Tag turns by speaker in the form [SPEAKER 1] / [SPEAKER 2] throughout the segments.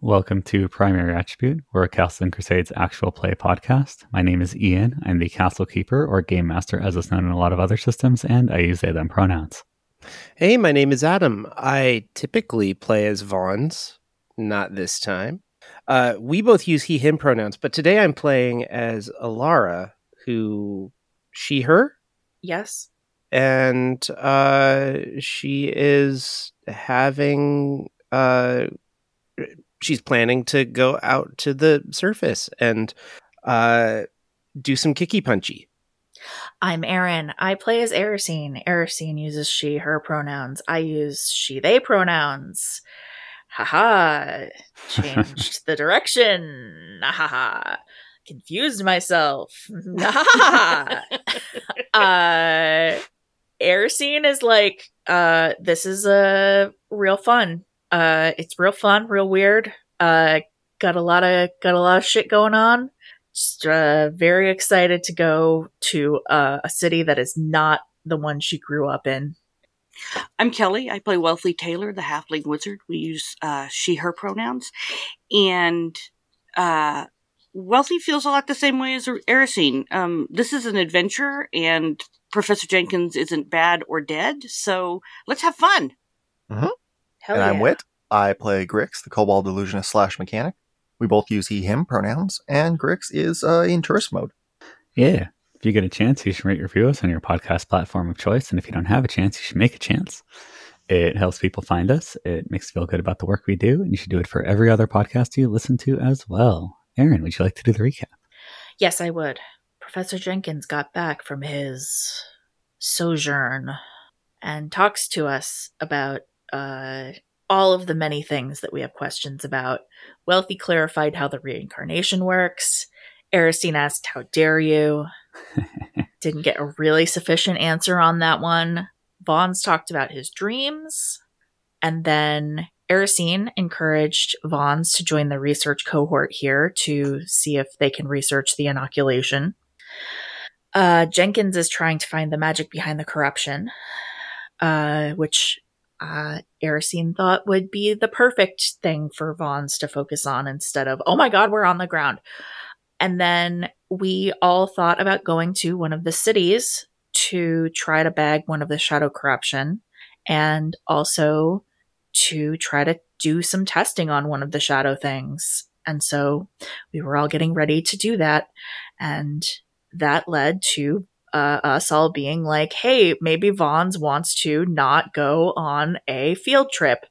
[SPEAKER 1] Welcome to Primary Attribute. We're a Castle and Crusades actual play podcast. My name is Ian. I'm the Castle Keeper or Game Master, as it's known in a lot of other systems, and I use they them pronouns.
[SPEAKER 2] Hey, my name is Adam. I typically play as Vaughns, not this time. Uh, we both use he, him pronouns, but today I'm playing as Alara, who she, her,
[SPEAKER 3] Yes.
[SPEAKER 2] and uh, she is having, uh, she's planning to go out to the surface and uh, do some kicky punchy.
[SPEAKER 3] I'm Erin. I play as Erisine. Erisine uses she, her pronouns. I use she, they pronouns. Haha. Changed the direction. Haha. Confused myself. Haha. uh, Erisine is like, uh, this is uh, real fun. Uh, it's real fun, real weird. Uh, got a lot of got a lot of shit going on. Just, uh, very excited to go to uh, a city that is not the one she grew up in.
[SPEAKER 4] I'm Kelly. I play Wealthy Taylor, the halfling wizard. We use uh, she, her pronouns. And uh, Wealthy feels a lot the same way as Erisine. Um, this is an adventure, and Professor Jenkins isn't bad or dead, so let's have fun.
[SPEAKER 3] Hell
[SPEAKER 5] and I'm
[SPEAKER 3] Oh, yeah.
[SPEAKER 5] Wit. I play Grix, the Cobalt Illusionist slash mechanic. We both use he, him pronouns, and Grix is uh, in tourist mode.
[SPEAKER 1] Yeah. If you get a chance, you should rate review us on your podcast platform of choice. And if you don't have a chance, you should make a chance. It helps people find us. It makes us feel good about the work we do. And you should do it for every other podcast you listen to as well. Aaron, would you like to do the recap?
[SPEAKER 3] Yes, I would. Professor Jenkins got back from his sojourn and talks to us about uh, all of the many things that we have questions about. Wealthy clarified how the reincarnation works. Aristine asked, How dare you? Didn't get a really sufficient answer on that one. Vaughn's talked about his dreams. And then Erisine encouraged Vons to join the research cohort here to see if they can research the inoculation. Uh, Jenkins is trying to find the magic behind the corruption, uh, which uh, Erisine thought would be the perfect thing for Vons to focus on instead of, oh my god, we're on the ground. And then we all thought about going to one of the cities to try to bag one of the shadow corruption and also to try to do some testing on one of the shadow things. And so we were all getting ready to do that. And that led to uh, us all being like, hey, maybe Vaughn's wants to not go on a field trip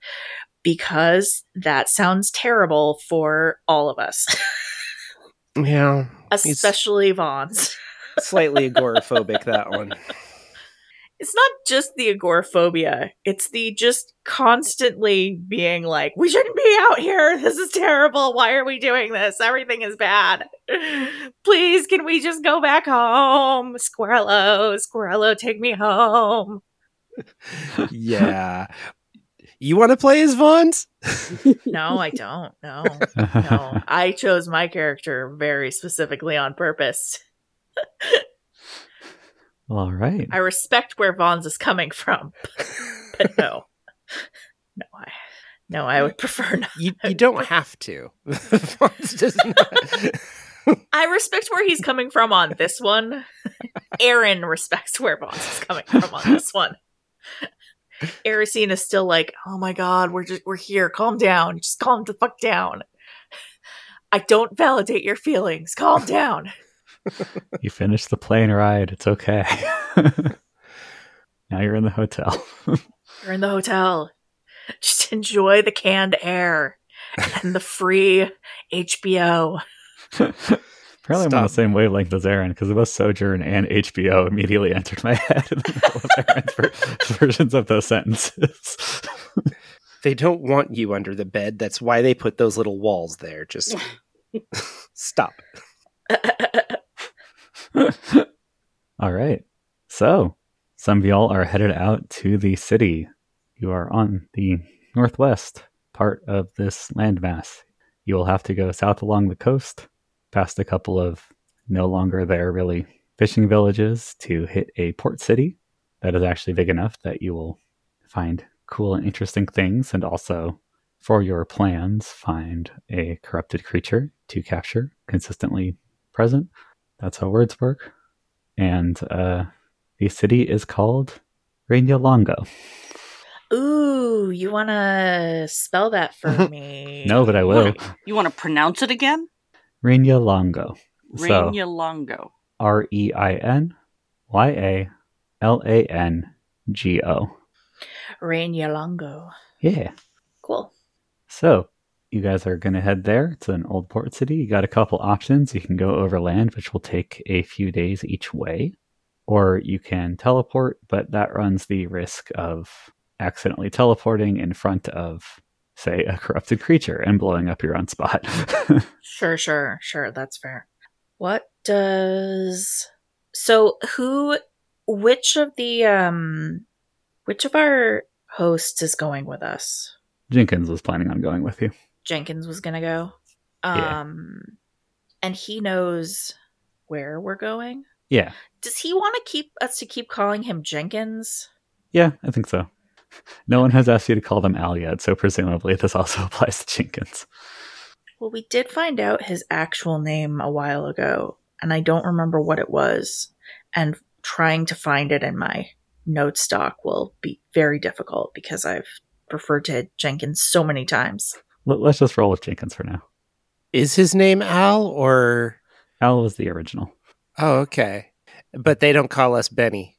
[SPEAKER 3] because that sounds terrible for all of us,
[SPEAKER 2] Yeah. he's
[SPEAKER 3] especially Vaughn's.
[SPEAKER 2] slightly agoraphobic, that one.
[SPEAKER 3] It's not just the agoraphobia, it's the just constantly being like, we shouldn't be out here. This is terrible. Why are we doing this? Everything is bad. Please, can we just go back home? Squirrelo, Squirrelo, take me home.
[SPEAKER 2] yeah. You want to play as Vaughns?
[SPEAKER 3] No, I don't. No, no. I chose my character very specifically on purpose.
[SPEAKER 1] All right.
[SPEAKER 3] I respect where Vaughn's is coming from, but no. No, I. No, I would prefer not.
[SPEAKER 2] You, you don't have to. Vaughns does not.
[SPEAKER 3] I respect where he's coming from on this one. Aaron respects where Bones is coming from on this one. Erisine is still like, "Oh my god, we're just, we're here. Calm down. Just calm the fuck down. I don't validate your feelings. Calm down."
[SPEAKER 1] You finished the plane ride. It's okay. now you're in the hotel.
[SPEAKER 3] You're in the hotel. Just enjoy the canned air and the free HBO.
[SPEAKER 1] Apparently, I'm on the
[SPEAKER 2] Stop.
[SPEAKER 1] same wavelength as Aaron because both Sojourn and HBO immediately entered my head in the middle of Aaron's ver- versions of those sentences.
[SPEAKER 2] They don't want you under the bed. That's why they put those little walls there. Just stop.
[SPEAKER 1] All right. So, some of y'all are headed out to the city. You are on the northwest part of this landmass. You will have to go south along the coast, past a couple of no longer there really fishing villages to hit a port city that is actually big enough that you will find cool and interesting things and also For your plans, find a corrupted creature to capture, consistently present. That's how words work. And uh, the city is called Reinalongo.
[SPEAKER 3] Ooh, you want to spell that for me?
[SPEAKER 1] No, but I will.
[SPEAKER 4] You want to pronounce it again?
[SPEAKER 1] Reinalongo. So-
[SPEAKER 4] Rania Longo.
[SPEAKER 1] R E I N Y A L A N G O.
[SPEAKER 3] Rain Yalongo.
[SPEAKER 1] Yeah.
[SPEAKER 3] Cool.
[SPEAKER 1] So, you guys are going to head there. It's an old port city. You got a couple options. You can go overland, which will take a few days each way, or you can teleport, but that runs the risk of accidentally teleporting in front of, say, a corrupted creature and blowing up your own spot.
[SPEAKER 3] Sure, sure, sure. That's fair. What does so who which of the um which of our hosts is going with us?
[SPEAKER 1] Jenkins was planning on going with you.
[SPEAKER 3] Jenkins was gonna go.
[SPEAKER 1] Yeah.
[SPEAKER 3] Um and he knows where we're going.
[SPEAKER 1] Yeah.
[SPEAKER 3] Does he want to keep us to keep calling him Jenkins?
[SPEAKER 1] Yeah, I think so. No one has asked you to call them Al yet, so presumably this also applies to Jenkins.
[SPEAKER 3] Well, we did find out his actual name a while ago, and I don't remember what it was. And trying to find it in my note stock will be very difficult because I've referred to Jenkins so many times.
[SPEAKER 1] Let- Let's just roll with Jenkins for now.
[SPEAKER 2] Is his name Al or
[SPEAKER 1] Al was the original.
[SPEAKER 2] Oh, okay. But they don't call us Benny.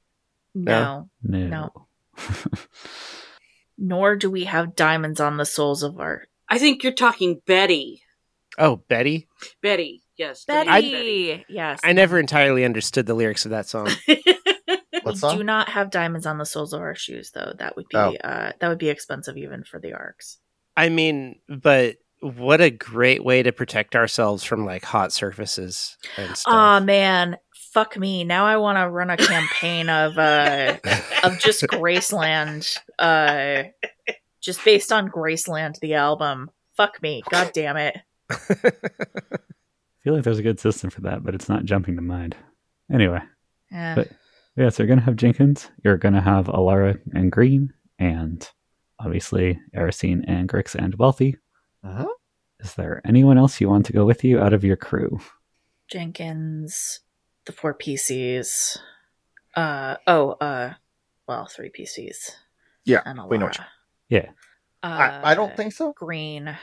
[SPEAKER 3] No.
[SPEAKER 1] No.
[SPEAKER 3] No. Nor do we have diamonds on the soles of our.
[SPEAKER 4] I think you're talking Betty.
[SPEAKER 2] Oh, Betty?
[SPEAKER 4] Betty, yes. the name
[SPEAKER 3] Betty! Yes.
[SPEAKER 2] I never entirely understood the lyrics of that song.
[SPEAKER 4] Betty.
[SPEAKER 5] What
[SPEAKER 3] we
[SPEAKER 5] song?
[SPEAKER 3] do not have diamonds on the soles of our shoes, though. That would be
[SPEAKER 5] Oh.
[SPEAKER 3] uh, that would be expensive even for the arcs.
[SPEAKER 2] I mean, but what a great way to protect ourselves from like hot surfaces and stuff.
[SPEAKER 3] Aw man, fuck me. Now I want to run a campaign of uh of just Graceland uh just based on Graceland the album. Fuck me. God damn it.
[SPEAKER 1] I feel like there's a good system for that, but it's not jumping to mind. Anyway,
[SPEAKER 3] Eh.
[SPEAKER 1] But- yeah, so you're going to have Jenkins, you're going to have Alara and Green, and obviously Erisine and Grix and Wealthy.
[SPEAKER 5] Mhm.
[SPEAKER 1] Is there anyone else you want to go with you out of your crew?
[SPEAKER 3] Jenkins, the four PCs. Uh oh, uh well, three PCs.
[SPEAKER 5] Yeah,
[SPEAKER 3] And
[SPEAKER 5] we know
[SPEAKER 3] Alara.
[SPEAKER 5] what
[SPEAKER 1] Yeah.
[SPEAKER 5] I, I
[SPEAKER 3] Uh,
[SPEAKER 5] don't think so.
[SPEAKER 3] green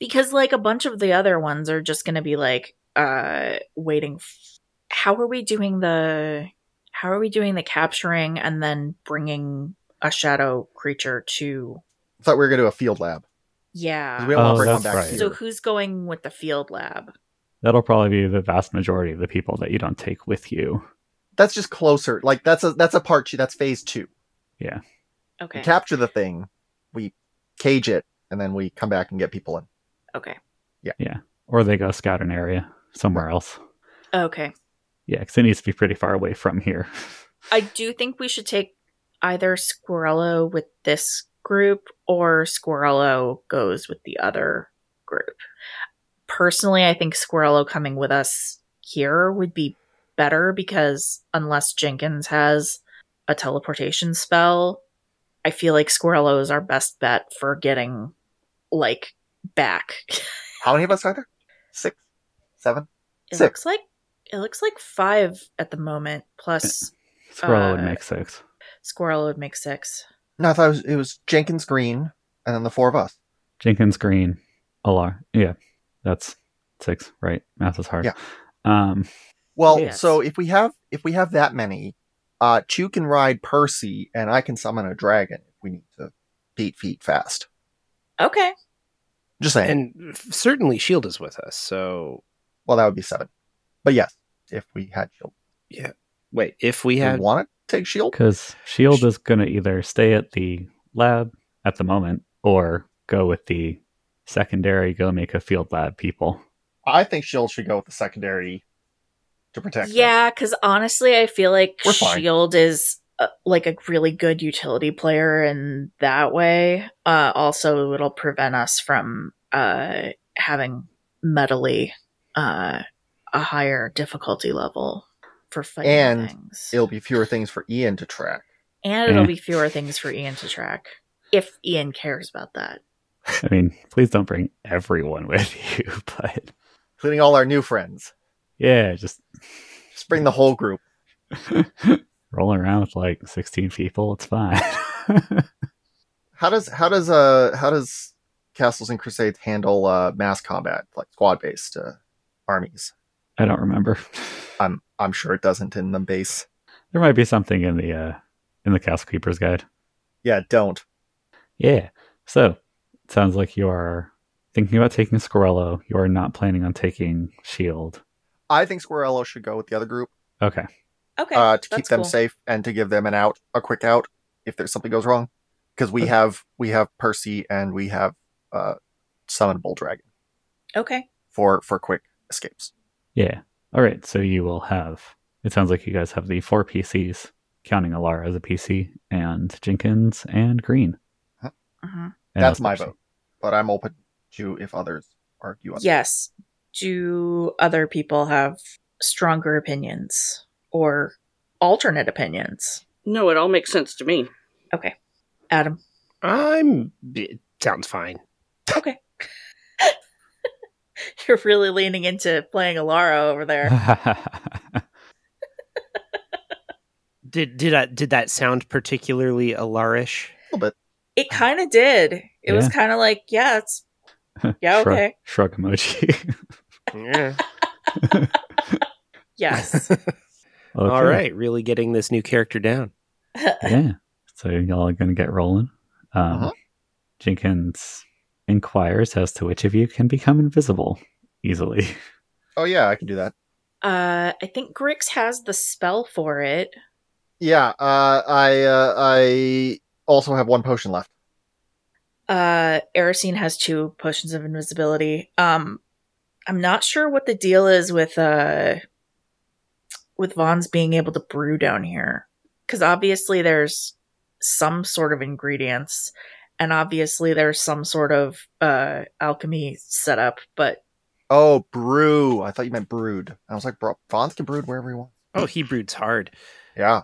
[SPEAKER 3] because like a bunch of the other ones are just going to be like uh waiting f- how are we doing the how are we doing the capturing and then bringing a shadow creature to
[SPEAKER 5] I thought we were going to do a field lab. 'cause We
[SPEAKER 3] yeah
[SPEAKER 5] don't want
[SPEAKER 1] Oh,
[SPEAKER 5] to bring them
[SPEAKER 1] that's
[SPEAKER 5] back
[SPEAKER 1] right.
[SPEAKER 5] here.
[SPEAKER 3] so who's going with the field lab
[SPEAKER 1] That'll probably be the vast majority of the people that you don't take with you.
[SPEAKER 5] that's just closer. Like that's a that's a part two. That's phase two.
[SPEAKER 3] okay
[SPEAKER 5] We capture the thing, we cage it, and then we come back and get people in.
[SPEAKER 3] okay
[SPEAKER 1] Or they go scout an area somewhere else.
[SPEAKER 3] okay
[SPEAKER 1] Yeah, because it needs to be pretty far away from here.
[SPEAKER 3] i do think we should take either squirrello with this group or squirrello goes with the other group personally i think squirrello coming with us here would be better because unless jenkins has a teleportation spell i feel like squirrello is our best bet for getting like back
[SPEAKER 5] How many of us are there? Six, seven.
[SPEAKER 3] it
[SPEAKER 5] Six.
[SPEAKER 3] looks like it looks like five at the moment plus
[SPEAKER 1] Squirrel
[SPEAKER 3] Uh,
[SPEAKER 1] would make six.
[SPEAKER 3] squirrello would make six
[SPEAKER 5] No, I thought it was, it was Jenkins Green, and then the four of us.
[SPEAKER 1] Jenkins Green, Alar. Yeah, that's six, right? Math is hard.
[SPEAKER 5] Yeah.
[SPEAKER 1] Um,
[SPEAKER 5] Well,
[SPEAKER 3] Yes.
[SPEAKER 5] so if we have if we have that many, uh, Chu can ride Percy, and I can summon a dragon if we need to beat feet fast.
[SPEAKER 3] okay
[SPEAKER 5] Just saying.
[SPEAKER 2] and certainly Shield E is with us. So,
[SPEAKER 5] well, that would be seven. But yes, if we had shield,
[SPEAKER 2] wait, if we
[SPEAKER 5] Do we
[SPEAKER 2] had
[SPEAKER 5] want to take shield.
[SPEAKER 1] Because Shield E is going to either stay at the lab at the moment or go with the secondary, go make a field lab people.
[SPEAKER 5] I think shield should go with the secondary to protect. them.
[SPEAKER 3] Yeah, because honestly, I feel like
[SPEAKER 5] We're fine.
[SPEAKER 3] Shield is uh, like a really good utility player in that way. Uh, also, it'll prevent us from uh, having medley uh, a higher difficulty level for fighting
[SPEAKER 5] And
[SPEAKER 3] things,
[SPEAKER 5] it'll be fewer things for Ian to track.
[SPEAKER 3] and it'll
[SPEAKER 1] Yeah.
[SPEAKER 3] be fewer things for Ian to track if Ian cares about that.
[SPEAKER 1] I mean, please don't bring everyone with you, but
[SPEAKER 5] including all our new friends.
[SPEAKER 1] yeah, just
[SPEAKER 5] Just bring the whole group.
[SPEAKER 1] rolling around with like 16 people, it's fine.
[SPEAKER 5] How does how does uh how does Castles and Crusades handle uh mass combat like squad based uh, armies?
[SPEAKER 1] I don't remember.
[SPEAKER 5] I'm I'm sure it doesn't in the base.
[SPEAKER 1] There might be something in the uh in the Castle Keeper's Guide.
[SPEAKER 5] Yeah, don't.
[SPEAKER 1] Yeah. So, it sounds like you are thinking about taking Scorello. You are not planning on taking Shield.
[SPEAKER 5] I think Squirrello should go with the other group
[SPEAKER 1] E Okay.
[SPEAKER 3] Okay.
[SPEAKER 5] uh, to keep
[SPEAKER 3] that's
[SPEAKER 5] them
[SPEAKER 3] cool.
[SPEAKER 5] safe and to give them an out, a quick out if there's something goes wrong. Because we have we have Percy and we have uh, Summonable Dragon
[SPEAKER 3] Okay.
[SPEAKER 5] for for quick escapes.
[SPEAKER 1] Yeah. All right. So you will have. It sounds like you guys have the four PCs, counting Alara as a PC, and Jenkins and Green.
[SPEAKER 3] hmm
[SPEAKER 1] And
[SPEAKER 5] That's my
[SPEAKER 1] Elspeth.
[SPEAKER 5] vote, but I'm open to if others argue. otherwise.
[SPEAKER 3] Yes. Do other people have stronger opinions or alternate opinions?
[SPEAKER 4] No, it all makes sense to me.
[SPEAKER 3] Adam.
[SPEAKER 2] I'm. It sounds fine.
[SPEAKER 3] Okay. You're really leaning into playing Alara over there.
[SPEAKER 2] Did did I, did that sound particularly Alarish?
[SPEAKER 5] a little bit.
[SPEAKER 3] It kind of did. It was kind of like, yeah, it's Yeah,
[SPEAKER 1] Shrug-
[SPEAKER 3] okay.
[SPEAKER 1] Shrug emoji.
[SPEAKER 2] Yeah.
[SPEAKER 3] yes.
[SPEAKER 2] All
[SPEAKER 1] Okay.
[SPEAKER 2] right, really getting this new character down.
[SPEAKER 1] yeah. So y'all are gonna get rolling. Um,
[SPEAKER 5] Uh-huh.
[SPEAKER 1] Jenkins inquires as to which of you can become invisible easily.
[SPEAKER 5] Oh yeah, I can do that.
[SPEAKER 3] uh, I think Grix has the spell for it.
[SPEAKER 5] Yeah, uh, I uh, I also have one potion left.
[SPEAKER 3] Uh, Erisine has two potions of invisibility. Um, I'm not sure what the deal is with uh with Vaughn's being able to brew down here because obviously there's some sort of ingredients, and obviously there's some sort of uh alchemy setup. But
[SPEAKER 5] Oh, brew! I thought you meant brood. I was like, bro, Fonz can brood wherever he wants.
[SPEAKER 2] Oh, he broods hard.
[SPEAKER 5] Yeah,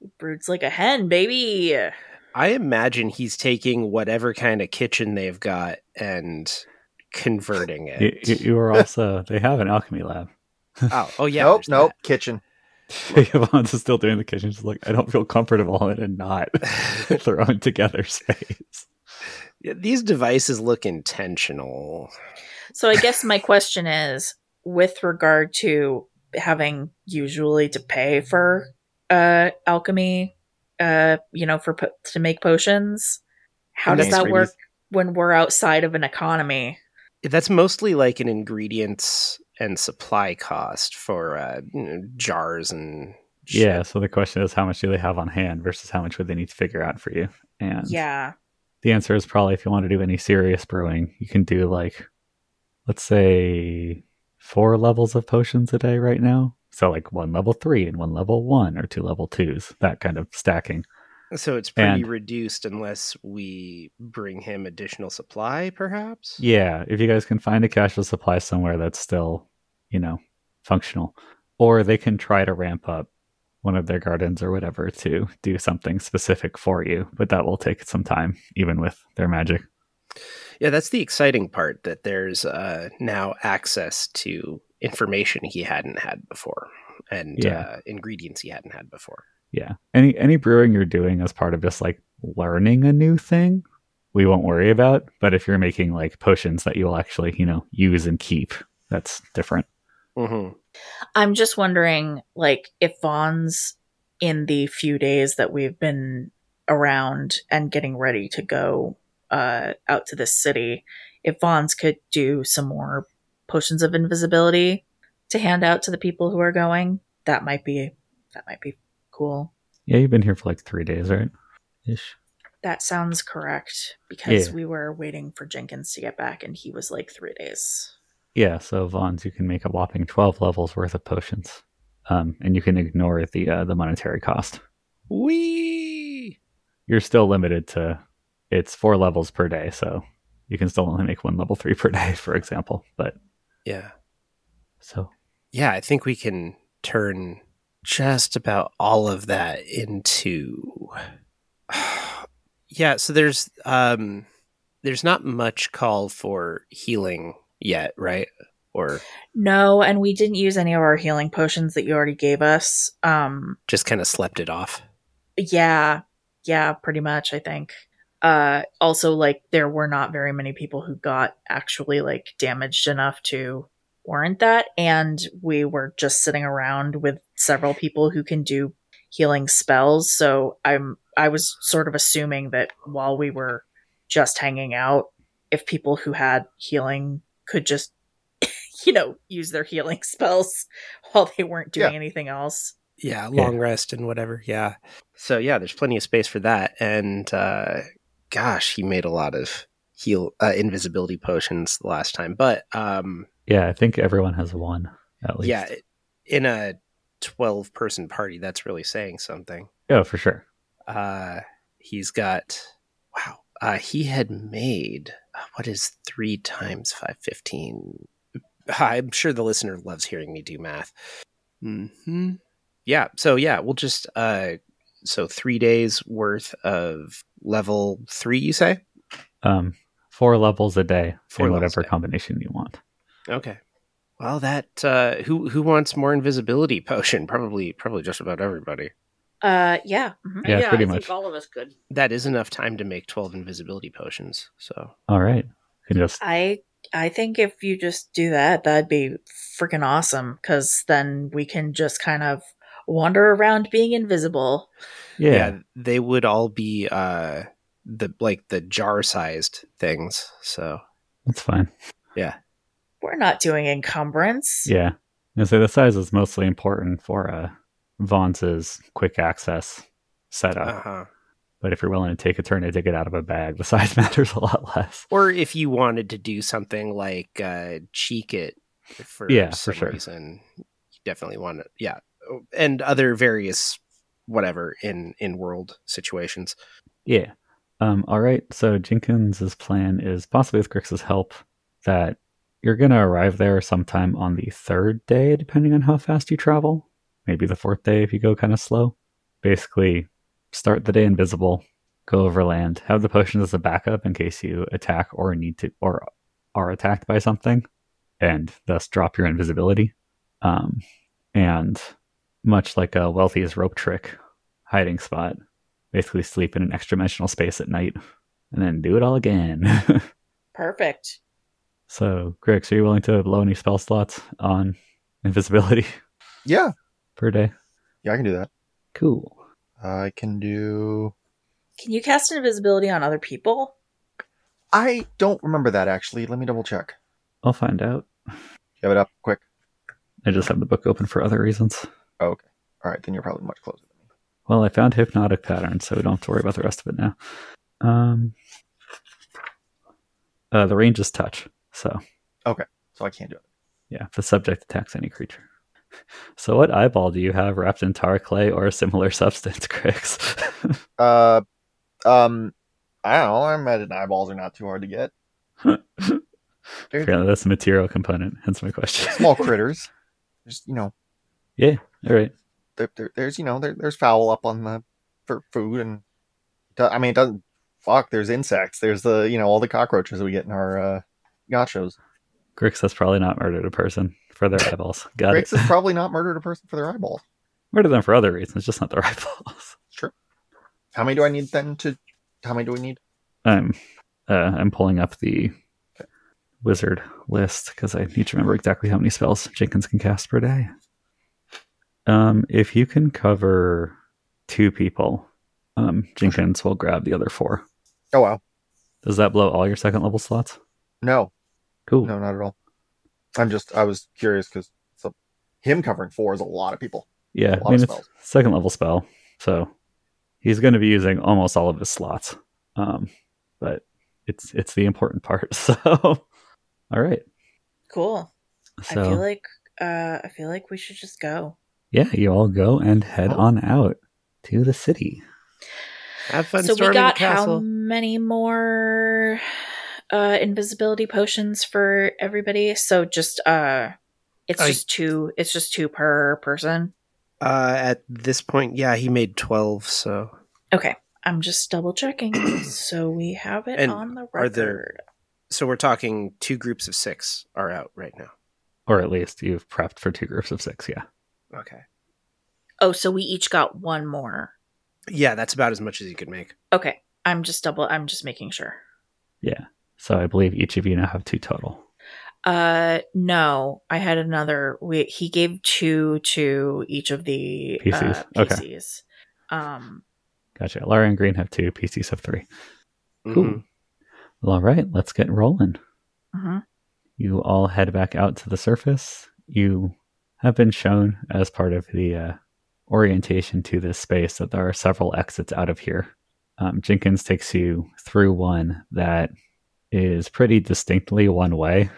[SPEAKER 3] he broods like a hen, baby.
[SPEAKER 2] I imagine he's taking whatever kind of kitchen they've got and converting
[SPEAKER 1] You,
[SPEAKER 2] it.
[SPEAKER 1] you, you are also they have an alchemy lab.
[SPEAKER 2] oh, oh yeah.
[SPEAKER 5] nope,
[SPEAKER 2] there's
[SPEAKER 5] nope, kitchen.
[SPEAKER 1] Yvonne's is still doing the kitchen. She's like, I don't feel comfortable in a not
[SPEAKER 2] that.
[SPEAKER 1] thrown together space.
[SPEAKER 2] Yeah, These devices look intentional.
[SPEAKER 3] So I guess my question is with regard to having usually to pay for uh alchemy uh you know for po- to make potions how
[SPEAKER 5] And
[SPEAKER 3] does
[SPEAKER 5] that's
[SPEAKER 3] that
[SPEAKER 5] freebies.
[SPEAKER 3] work when we're outside of an economy
[SPEAKER 2] That's mostly like an ingredients and supply cost for uh, you know, jars and shit.
[SPEAKER 1] Yeah. So the question is, how much do they have on hand versus how much would they need to figure out for you? And
[SPEAKER 3] yeah
[SPEAKER 1] the answer is probably if you want to do any serious brewing, you can do like, let's say, four levels of potions a day right now. So like one level three and one level one or two level twos, that kind of stacking.
[SPEAKER 2] So it's pretty
[SPEAKER 1] And-
[SPEAKER 2] reduced unless we bring him additional supply, perhaps.
[SPEAKER 1] Yeah, if you guys can find a casual supply somewhere that's still, you know, functional, or they can try to ramp up one of their gardens or whatever to do something specific for you, but that will take some time, even with their magic.
[SPEAKER 2] Yeah, that's the exciting part that there's uh, now access to information he hadn't had before and
[SPEAKER 1] Yeah.
[SPEAKER 2] uh, ingredients he hadn't had before.
[SPEAKER 1] Yeah. Any any brewing you're doing as part of just like learning a new thing, we won't worry about. But if you're making like potions that you'll actually, you know, use and keep, that's different.
[SPEAKER 2] Mm-hmm.
[SPEAKER 3] i'm just wondering like if vaughn's in the few days that we've been around and getting ready to go uh out to this city if vaughn's could do some more potions of invisibility to hand out to the people who are going that might be that might be cool
[SPEAKER 1] Yeah, you've been here for like three days, right? Ish.
[SPEAKER 3] that sounds correct because
[SPEAKER 1] Yeah.
[SPEAKER 3] we were waiting for jenkins to get back and he was like three days
[SPEAKER 1] Yeah, so Vaughn's, you can make a whopping twelve levels worth of potions, um, and you can ignore the uh, the monetary cost.
[SPEAKER 2] We
[SPEAKER 1] You're still limited to it's four levels per day, so you can still only make one level three per day, for example. But
[SPEAKER 2] yeah
[SPEAKER 1] so
[SPEAKER 2] yeah. I think we can turn just about all of that into yeah. So there's um there's not much call for healing yet, right? Or
[SPEAKER 3] No, and we didn't use any of our healing potions that you already gave us. Um,
[SPEAKER 2] just kind of slept it off.
[SPEAKER 3] Yeah. Yeah, pretty much, I think. Uh also like there were not very many people who got actually like damaged enough to warrant that and we were just sitting around with several people who can do healing spells, so I'm I was sort of assuming that while we were just hanging out, if people who had healing could just you know, use their healing spells while they weren't doing
[SPEAKER 5] Yeah.
[SPEAKER 3] anything else.
[SPEAKER 2] Yeah, long rest and whatever. Yeah. So yeah, there's plenty of space for that. And uh, gosh, he made a lot of heal uh, invisibility potions the last time, but um,
[SPEAKER 1] Yeah, I think everyone has one at least.
[SPEAKER 2] yeah, it- in a twelve person party, that's really saying something.
[SPEAKER 1] Oh, for sure.
[SPEAKER 2] Uh, he's got wow. Uh, he had made uh, what is three times five fifteen. Uh, I'm sure the listener loves hearing me do math. Hmm. Yeah. So yeah, we'll just uh, so three days worth of level three. You say
[SPEAKER 1] Um, four levels a day
[SPEAKER 2] Four
[SPEAKER 1] in
[SPEAKER 2] levels a
[SPEAKER 1] whatever
[SPEAKER 2] day.
[SPEAKER 1] combination you want.
[SPEAKER 2] okay. Well, that uh, who who wants more invisibility potion? Probably probably just about everybody.
[SPEAKER 3] Uh yeah. mhm.
[SPEAKER 1] Yeah, pretty
[SPEAKER 4] I
[SPEAKER 1] much.
[SPEAKER 4] Think all of us could.
[SPEAKER 2] That is enough time to make twelve invisibility potions. So
[SPEAKER 1] All right. You can just
[SPEAKER 3] I I think if you just do that, that'd be freaking awesome because then we can just kind of wander around being invisible.
[SPEAKER 1] yeah.
[SPEAKER 2] they would all be uh the like the jar sized things so
[SPEAKER 1] that's fine.
[SPEAKER 3] We're not doing encumbrance.
[SPEAKER 1] Yeah. And so the size is mostly important for uh Vaughn's quick access setup.
[SPEAKER 2] uh-huh
[SPEAKER 1] But if you're willing to take a turn to dig it out of a bag, the size matters a lot less.
[SPEAKER 2] or if you wanted to do something like uh cheek it for
[SPEAKER 1] Yeah, for
[SPEAKER 2] some
[SPEAKER 1] sure.
[SPEAKER 2] reason you definitely want to yeah and other various whatever in in world situations
[SPEAKER 1] Yeah. Um, all right. So Jenkins's plan is possibly with Grix's help that you're going to arrive there sometime on the third day, depending on how fast you travel. Maybe the fourth day if you go kind of slow. Basically, start the day invisible, go overland, have the potions as a backup in case you attack or need to or are attacked by something, and thus drop your invisibility. Um, and much like a wealthy's rope trick hiding spot, basically sleep in an extra dimensional space at night and then do it all again.
[SPEAKER 3] Perfect.
[SPEAKER 1] so, Grix, are you willing to blow any spell slots on invisibility
[SPEAKER 5] Yeah,
[SPEAKER 1] per day?
[SPEAKER 5] yeah, I can do that.
[SPEAKER 1] Cool.
[SPEAKER 5] I can do.
[SPEAKER 3] Can you cast invisibility on other people?
[SPEAKER 5] I don't remember that actually. Let me double check.
[SPEAKER 1] I'll find out.
[SPEAKER 5] Give it up quick.
[SPEAKER 1] I just have the book open for other reasons.
[SPEAKER 5] All right, then you're probably much closer. than me.
[SPEAKER 1] Well, I found hypnotic patterns, so we don't have to worry about the rest of it now. Um, uh, the range is touch, so
[SPEAKER 5] So I can't do it.
[SPEAKER 1] yeah, if the subject attacks any creature. So, what eyeball do you have wrapped in tar clay or a similar substance, Grix?
[SPEAKER 5] Uh, um, I don't know. I imagine eyeballs are not too hard to get. They're
[SPEAKER 1] Apparently, that's a material component. Hence my question.
[SPEAKER 5] small critters. There's you know,
[SPEAKER 1] All right.
[SPEAKER 5] there, there, there's you know, there, there's fowl up on the for food, and do- I mean, it doesn't fuck. There's insects. There's the you know all the cockroaches we get in our uh, nachos.
[SPEAKER 1] Grix has probably not murdered a person for their eyeballs. Got
[SPEAKER 5] Grix
[SPEAKER 1] it.
[SPEAKER 5] has probably not murdered a person for their eyeball.
[SPEAKER 1] Murdered them for other reasons, just not their eyeballs.
[SPEAKER 5] How many do I need then to? How many do we need?
[SPEAKER 1] I'm, uh, I'm pulling up the wizard list because I need to remember exactly how many spells Jenkins can cast per day. Um, if you can cover two people, um, Jenkins will grab the other four.
[SPEAKER 5] Oh wow,
[SPEAKER 1] Does that blow all your second level slots?
[SPEAKER 5] no,
[SPEAKER 1] Cool.
[SPEAKER 5] no, not at all. I'm just I was curious because him covering four is a lot of people.
[SPEAKER 1] Yeah,
[SPEAKER 5] It's a
[SPEAKER 1] I
[SPEAKER 5] lot of
[SPEAKER 1] mean, it's
[SPEAKER 5] spells.
[SPEAKER 1] second level spell, so he's going to be using almost all of his slots. Um, but it's it's the important part. So, all right.
[SPEAKER 3] Cool.
[SPEAKER 1] So
[SPEAKER 3] I feel like uh I feel like we should just go.
[SPEAKER 1] yeah, you all go and head
[SPEAKER 5] Oh.
[SPEAKER 1] on out to the city.
[SPEAKER 2] have fun
[SPEAKER 3] so we
[SPEAKER 2] storming
[SPEAKER 3] got
[SPEAKER 2] the castle
[SPEAKER 3] how many more uh invisibility potions for everybody? So just uh it's
[SPEAKER 2] I-
[SPEAKER 3] just two it's just two per person.
[SPEAKER 2] uh at this point yeah he made 12 so
[SPEAKER 3] Okay. I'm just double checking so we have it
[SPEAKER 2] And
[SPEAKER 3] on the
[SPEAKER 2] are
[SPEAKER 3] record.
[SPEAKER 2] there- So we're talking two groups of six are out right now.
[SPEAKER 1] Or at least you've prepped for two groups of six, yeah.
[SPEAKER 2] Okay.
[SPEAKER 3] Oh, so we each got one more.
[SPEAKER 2] Yeah, that's about as much as you could make.
[SPEAKER 3] Okay. I'm just double I'm just making sure.
[SPEAKER 1] So I believe each of you now have two total.
[SPEAKER 3] Uh no, I had another we he gave two to each of the
[SPEAKER 1] PCs.
[SPEAKER 3] uh,
[SPEAKER 1] Okay.
[SPEAKER 3] PCs. Um
[SPEAKER 1] Gotcha. Lara and Green have two, PCs have three. Cool.
[SPEAKER 2] Mhm.
[SPEAKER 1] Well, all right, let's get rolling.
[SPEAKER 3] mhm.
[SPEAKER 1] You all head back out to the surface. You have been shown as part of the uh, orientation to this space that there are several exits out of here. Um, Jenkins takes you through one that is pretty distinctly one way.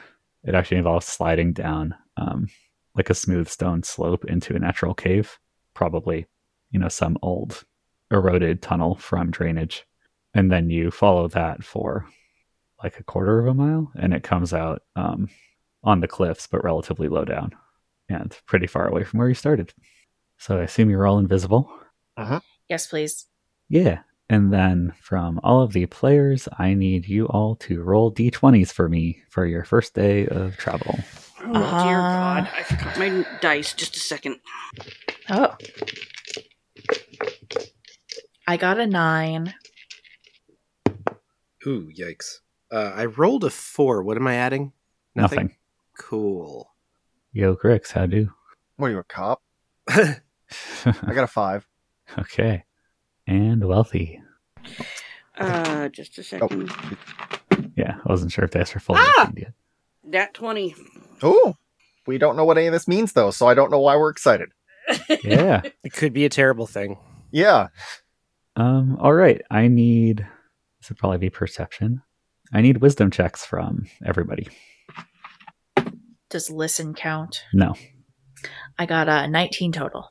[SPEAKER 1] It actually involves sliding down um, like a smooth stone slope into a natural cave, probably, you know, some old eroded tunnel from drainage. And then you follow that for like a quarter of a mile and it comes out um, on the cliffs but relatively low down and pretty far away from where you started so i assume you're all invisible
[SPEAKER 3] Yes, please.
[SPEAKER 1] yeah and then from all of the players i need you all to roll d20s for me for your first day of travel
[SPEAKER 4] Oh, dear
[SPEAKER 3] Uh.
[SPEAKER 4] God. I forgot my dice just a second.
[SPEAKER 3] Oh. I got a 9.
[SPEAKER 2] Ooh, yikes. Uh, I rolled a four. What am I adding?
[SPEAKER 1] Nothing.
[SPEAKER 2] Cool.
[SPEAKER 1] yo grix how do
[SPEAKER 5] What are you, a cop? I got a five.
[SPEAKER 1] okay and wealthy
[SPEAKER 4] Uh, just a second.
[SPEAKER 5] Oh,
[SPEAKER 1] yeah i wasn't sure if that's for full
[SPEAKER 4] Ah!
[SPEAKER 1] yet
[SPEAKER 4] That 20.
[SPEAKER 5] Ooh. We don't know what any of this means though, so I don't know why we're excited.
[SPEAKER 1] yeah
[SPEAKER 2] It could be a terrible thing.
[SPEAKER 5] Yeah.
[SPEAKER 1] Um, all right. I need this would probably be perception. I need wisdom checks from everybody.
[SPEAKER 3] Does listen count?
[SPEAKER 1] No.
[SPEAKER 3] I got a 19 total.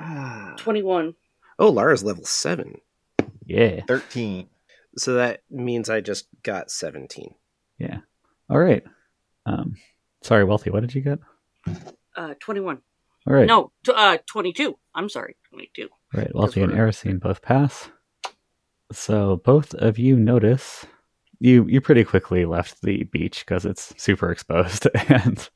[SPEAKER 1] Ah.
[SPEAKER 4] 21.
[SPEAKER 2] Oh, Lara's level seven.
[SPEAKER 1] Yeah.
[SPEAKER 5] Thirteen.
[SPEAKER 2] So that means I just got 17.
[SPEAKER 1] All right. Um sorry, Wealthy, what did you get?
[SPEAKER 4] Uh, 21.
[SPEAKER 1] All right.
[SPEAKER 4] No, t- uh, 22. I'm sorry, 22.
[SPEAKER 1] All Right, Wealthy
[SPEAKER 4] we're-
[SPEAKER 1] and Erisine both pass. So both of you notice you you pretty quickly left the beach because it's super exposed and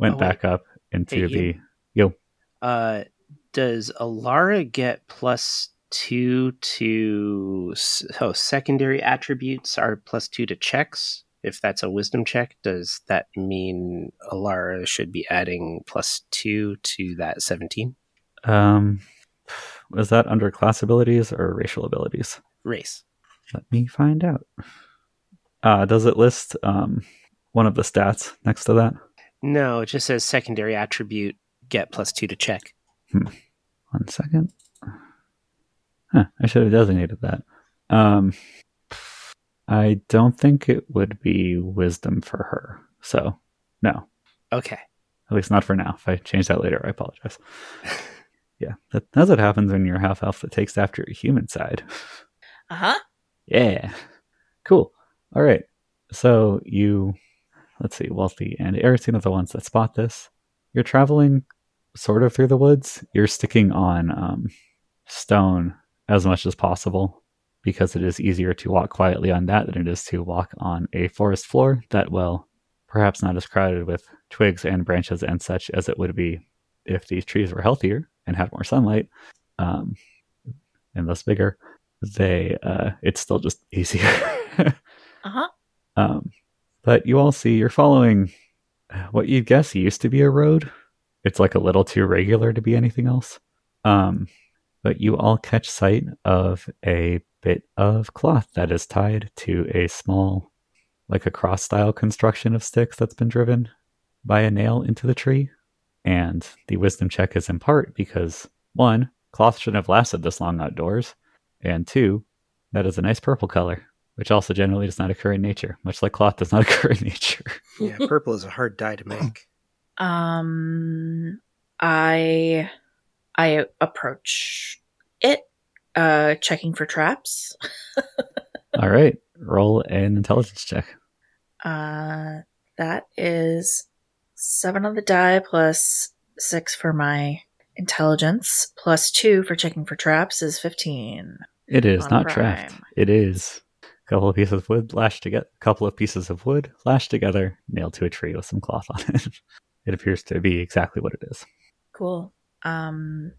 [SPEAKER 1] went
[SPEAKER 2] Oh, wait.
[SPEAKER 1] back up into
[SPEAKER 2] Hey,
[SPEAKER 1] the
[SPEAKER 2] you. Uh, does Alara get plus two to s- oh secondary attributes are plus two to checks? If that's a wisdom check, does that mean Alara should be adding plus two to that seventeen
[SPEAKER 1] um was that under class abilities or racial abilities?
[SPEAKER 2] race?
[SPEAKER 1] Let me find out. Uh, does it list um, one of the stats next to that?
[SPEAKER 2] No, it just says secondary attribute get plus two to check.
[SPEAKER 1] One second. Huh, I should have designated that. Um, I don't think it would be wisdom for her. So, no,
[SPEAKER 2] Okay,
[SPEAKER 1] at least not for now. If I change that later, I apologize. Yeah, that, that's what happens when you're half elf that takes after your human side.
[SPEAKER 3] Uh huh.
[SPEAKER 1] Yeah. Cool. All right. So you, let's see, Wealthy and Erisine are the ones that spot this. You're traveling sort of through the woods. You're sticking on um, stone as much as possible because it is easier to walk quietly on that than it is to walk on a forest floor that, well, perhaps not as crowded with twigs and branches and such as it would be if these trees were healthier and had more sunlight um, and thus bigger they uh, it's still just easier.
[SPEAKER 3] Uh huh.
[SPEAKER 1] um, but you all see you're following what you'd guess used to be a road. It's like a little too regular to be anything else. Um, but you all catch sight of a bit of cloth that is tied to a small, like a cross style construction of sticks that's been driven by a nail into the tree. And the wisdom check is in part because one, cloth shouldn't have lasted this long outdoors. And two, that is a nice purple color, which also generally does not occur in nature, much like cloth does not occur in nature.
[SPEAKER 2] yeah, purple is a hard die to make.
[SPEAKER 3] Um, I, I approach it, uh, checking for traps.
[SPEAKER 1] All right, roll an intelligence check.
[SPEAKER 3] Uh, that is seven on the die plus six for my intelligence plus two for checking for traps is 15.
[SPEAKER 1] It is
[SPEAKER 3] on
[SPEAKER 1] not
[SPEAKER 3] Prime.
[SPEAKER 1] trapped. It is a couple of pieces of wood lashed together, a couple of pieces of wood lashed together, nailed to a tree with some cloth on it. It appears to be exactly what it is.
[SPEAKER 3] Cool. Um,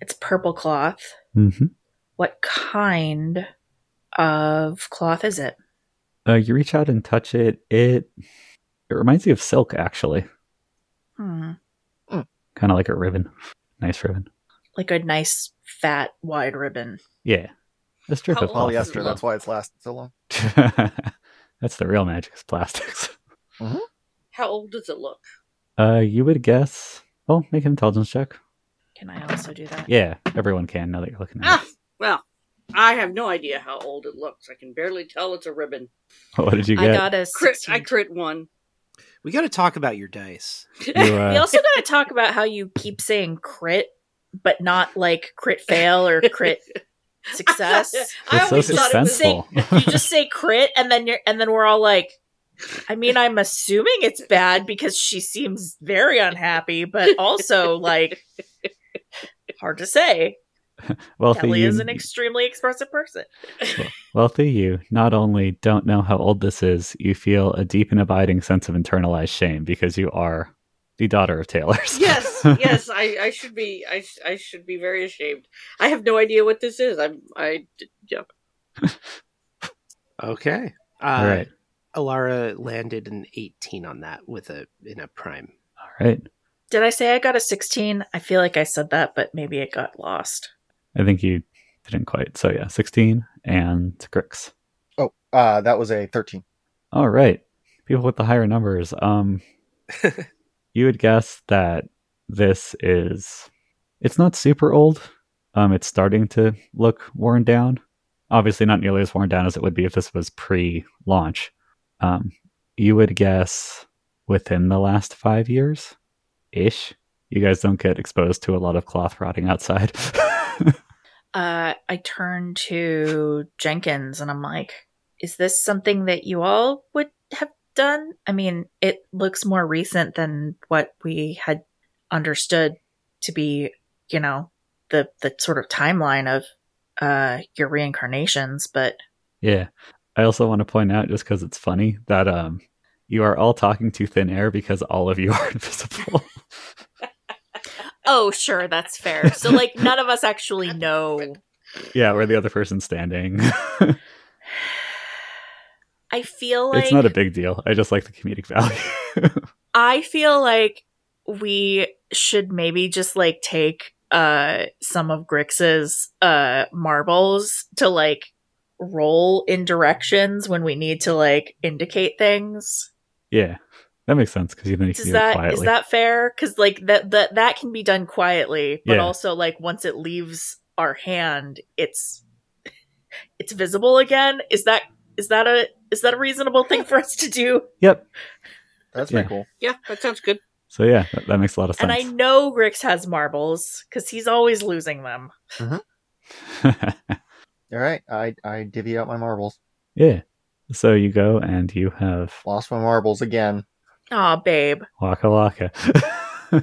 [SPEAKER 3] it's purple cloth.
[SPEAKER 1] Mm-hmm.
[SPEAKER 3] What kind of cloth is it?
[SPEAKER 1] Uh, you reach out and touch it. It it reminds you of silk, actually,
[SPEAKER 3] Hmm.
[SPEAKER 1] kind of like a ribbon, nice ribbon.
[SPEAKER 3] Like a nice, fat, wide ribbon.
[SPEAKER 1] Yeah, a strip
[SPEAKER 4] How
[SPEAKER 1] of
[SPEAKER 4] long
[SPEAKER 1] cloth.
[SPEAKER 4] is
[SPEAKER 5] Polyester. That's why it's lasted so long.
[SPEAKER 1] That's the real magic is plastics.
[SPEAKER 4] How old does it look?
[SPEAKER 1] Uh, you would guess. Well, make an intelligence check.
[SPEAKER 3] Can I also do that?
[SPEAKER 1] Yeah, everyone can now that you're looking at
[SPEAKER 4] Ah,
[SPEAKER 1] it.
[SPEAKER 4] well, I have no idea how old it looks. I can barely tell it's a ribbon.
[SPEAKER 1] What did you
[SPEAKER 3] I
[SPEAKER 1] get?
[SPEAKER 3] got a
[SPEAKER 4] Crit,
[SPEAKER 3] 16.
[SPEAKER 4] I crit one.
[SPEAKER 2] We got to talk about your dice.
[SPEAKER 1] You, uh,
[SPEAKER 3] We also got to talk about how you keep saying crit, but not like crit fail or crit success.
[SPEAKER 4] I
[SPEAKER 1] It's so
[SPEAKER 4] always thought it was
[SPEAKER 1] suspenseful.
[SPEAKER 3] you just say crit, and then you're, and then we're all like, I mean, I'm assuming it's bad because she seems very unhappy, but also like hard to say.
[SPEAKER 1] wealthy
[SPEAKER 3] Kelly
[SPEAKER 1] you,
[SPEAKER 3] is an extremely expressive person.
[SPEAKER 1] wealthy you not only don't know how old this is, you feel a deep and abiding sense of internalized shame because you are the daughter of Taylor's.
[SPEAKER 4] yes, yes. I, I should be. I, sh- I should be very ashamed. I have no idea what this is. I'm. I. Yeah.
[SPEAKER 2] Okay. Uh,
[SPEAKER 1] All right.
[SPEAKER 2] Alara landed an 18 on that with a in a prime.
[SPEAKER 1] All right.
[SPEAKER 3] Did I say I got a 16? I feel like I said that, but maybe it got lost.
[SPEAKER 1] I think you didn't quite. So yeah, 16 and Grix.
[SPEAKER 5] Oh, uh, that was a 13.
[SPEAKER 1] All right. People with the higher numbers. Um you would guess that this is it's not super old. Um it's starting to look worn down. Obviously not nearly as worn down as it would be if this was pre-launch. Um you would guess within the last 5 years ish. You guys don't get exposed to a lot of cloth rotting outside.
[SPEAKER 3] Uh, I turn to Jenkins and I'm like, is this something that you all would have done? I mean, it looks more recent than what we had understood to be, you know, the the sort of timeline of uh your reincarnations, but
[SPEAKER 1] Yeah. I also want to point out, just because it's funny, that um, you are all talking to thin air because all of you are invisible.
[SPEAKER 3] Oh, sure, that's fair. So like none of us actually know.
[SPEAKER 1] yeah, where the other person's standing.
[SPEAKER 3] I feel like
[SPEAKER 1] it's not a big deal. I just like the comedic value.
[SPEAKER 3] I feel like we should maybe just like take uh some of Grix's uh marbles to like roll in directions when we need to like indicate things.
[SPEAKER 1] yeah, that makes sense because then you can
[SPEAKER 3] Is
[SPEAKER 1] do it
[SPEAKER 3] that is
[SPEAKER 1] quietly.
[SPEAKER 3] that fair? Cuz like that that that can be done quietly, but
[SPEAKER 1] Yeah.
[SPEAKER 3] also like once it leaves our hand, it's it's visible again. Is that is that a is that a reasonable thing for us to do?
[SPEAKER 1] Yep.
[SPEAKER 5] That's
[SPEAKER 1] Yeah.
[SPEAKER 5] pretty cool.
[SPEAKER 4] Yeah. That sounds good.
[SPEAKER 1] So yeah, that, that makes a lot of
[SPEAKER 3] And I
[SPEAKER 1] sense.
[SPEAKER 3] know Grix has marbles cuz he's always losing them.
[SPEAKER 5] All right. I, I divvy out my marbles.
[SPEAKER 1] yeah. So you go and you have
[SPEAKER 5] Lost my marbles again.
[SPEAKER 3] Aw, babe.
[SPEAKER 1] waka waka.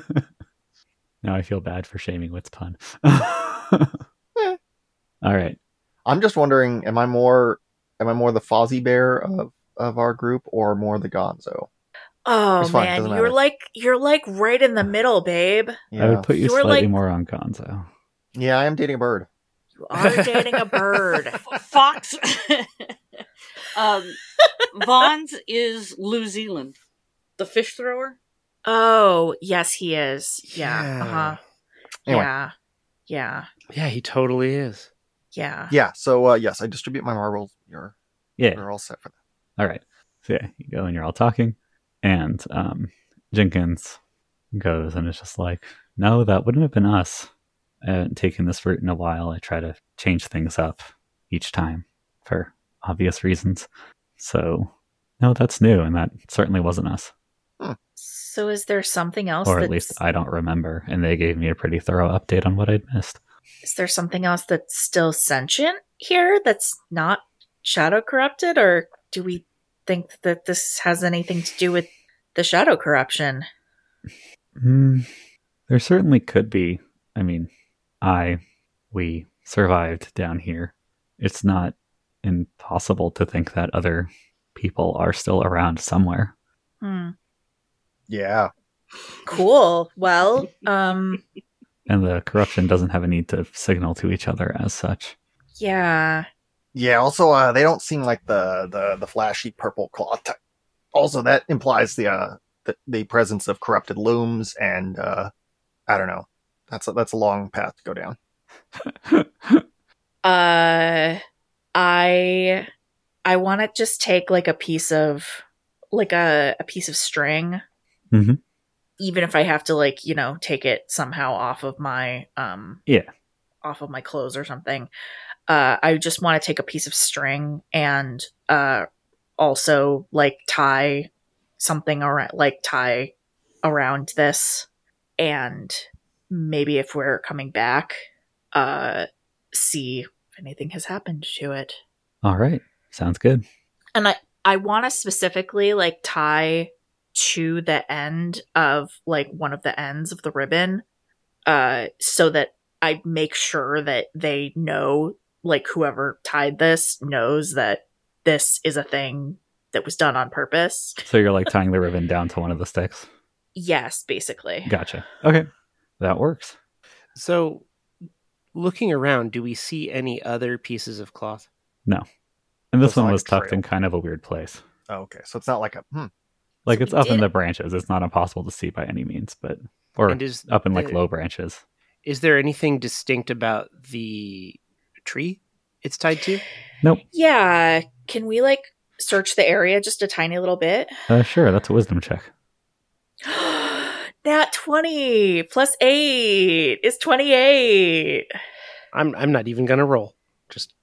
[SPEAKER 1] now I feel bad for shaming what's pun. All right.
[SPEAKER 5] I'm just wondering, am I more am I more the Fozzie Bear of of our group or more the Gonzo?
[SPEAKER 3] Oh
[SPEAKER 5] It's fine,
[SPEAKER 3] man,
[SPEAKER 5] doesn't
[SPEAKER 3] you're
[SPEAKER 5] matter.
[SPEAKER 3] like you're like right in the middle, babe.
[SPEAKER 1] I
[SPEAKER 5] Yeah,
[SPEAKER 1] would put you,
[SPEAKER 3] You were
[SPEAKER 1] slightly
[SPEAKER 3] like-
[SPEAKER 1] more on Gonzo.
[SPEAKER 5] yeah, I am dating a bird.
[SPEAKER 3] You are dating a bird.
[SPEAKER 4] Fox. um, Vaughn's is New Zealand. The fish thrower.
[SPEAKER 3] Oh, yes, he is. Yeah.
[SPEAKER 2] Yeah.
[SPEAKER 3] Uh-huh.
[SPEAKER 5] Anyway.
[SPEAKER 3] Yeah. Yeah.
[SPEAKER 2] Yeah, he totally is.
[SPEAKER 3] Yeah.
[SPEAKER 5] Yeah, so uh, yes, I distribute my marbles. You're
[SPEAKER 1] Yeah.
[SPEAKER 5] you're all set for that.
[SPEAKER 1] All right. So yeah, you go and you're all talking, and um, Jenkins goes and is just like, "No, that wouldn't have been us." I haven't taken this route in a while. I try to change things up each time for obvious reasons. So, no, that's new, and that certainly wasn't us,
[SPEAKER 3] So is there something else
[SPEAKER 1] or at
[SPEAKER 3] that's
[SPEAKER 1] least I don't remember. And they gave me a pretty thorough update on what I'd missed.
[SPEAKER 3] is there something else that's still sentient here that's not shadow corrupted or do we think that this has anything to do with the shadow corruption?
[SPEAKER 1] Mm, there certainly could be. I mean, I, we, survived down here, it's not impossible to think that other people are still around somewhere.
[SPEAKER 3] Hmm.
[SPEAKER 5] Yeah.
[SPEAKER 3] Cool. Well, um,
[SPEAKER 1] And the corruption doesn't have a need to signal to each other as such.
[SPEAKER 3] yeah.
[SPEAKER 5] Yeah. Also, uh, they don't seem like the the the flashy purple cloth. type. Also, that implies the uh the, the presence of corrupted looms and uh I don't know. That's a, that's a long path to go down.
[SPEAKER 3] Uh, I, I want to just take like a piece of, like a, a piece of string.
[SPEAKER 1] Mhm.
[SPEAKER 3] Even if I have to like, you know, take it somehow off of my, um,
[SPEAKER 1] Yeah.
[SPEAKER 3] off of my clothes or something. Uh, I just want to take a piece of string and, uh, also like tie something around, like tie around this. And maybe if we're coming back, uh, see if anything has happened to it.
[SPEAKER 1] All right. Sounds good.
[SPEAKER 3] And I I want to specifically like tie to the end of like one of the ends of the ribbon uh so that I make sure that they know like whoever tied this knows that this is a thing that was done on purpose.
[SPEAKER 1] So you're like tying the ribbon down to one of the sticks.
[SPEAKER 3] Yes, basically.
[SPEAKER 1] Gotcha. Okay. That works.
[SPEAKER 2] So, looking around, do we see any other pieces of cloth?
[SPEAKER 1] And this
[SPEAKER 5] Looks
[SPEAKER 1] one
[SPEAKER 5] like
[SPEAKER 1] was
[SPEAKER 5] a
[SPEAKER 1] tucked
[SPEAKER 5] trail.
[SPEAKER 1] in kind of a weird place.
[SPEAKER 5] Oh, okay, so it's not like a hmm.
[SPEAKER 1] Like
[SPEAKER 3] So
[SPEAKER 1] it's
[SPEAKER 3] we
[SPEAKER 1] up in
[SPEAKER 3] did-
[SPEAKER 1] the branches. It's not impossible to see by any means, but or
[SPEAKER 2] and is
[SPEAKER 1] up in like
[SPEAKER 2] the-
[SPEAKER 1] low branches.
[SPEAKER 2] Is there anything distinct about the tree it's tied to?
[SPEAKER 3] Yeah, can we like search the area just a tiny little bit?
[SPEAKER 1] Uh, sure, that's a wisdom check.
[SPEAKER 3] Nat 20 plus 8 is 28.
[SPEAKER 2] I'm I'm not even gonna roll. Just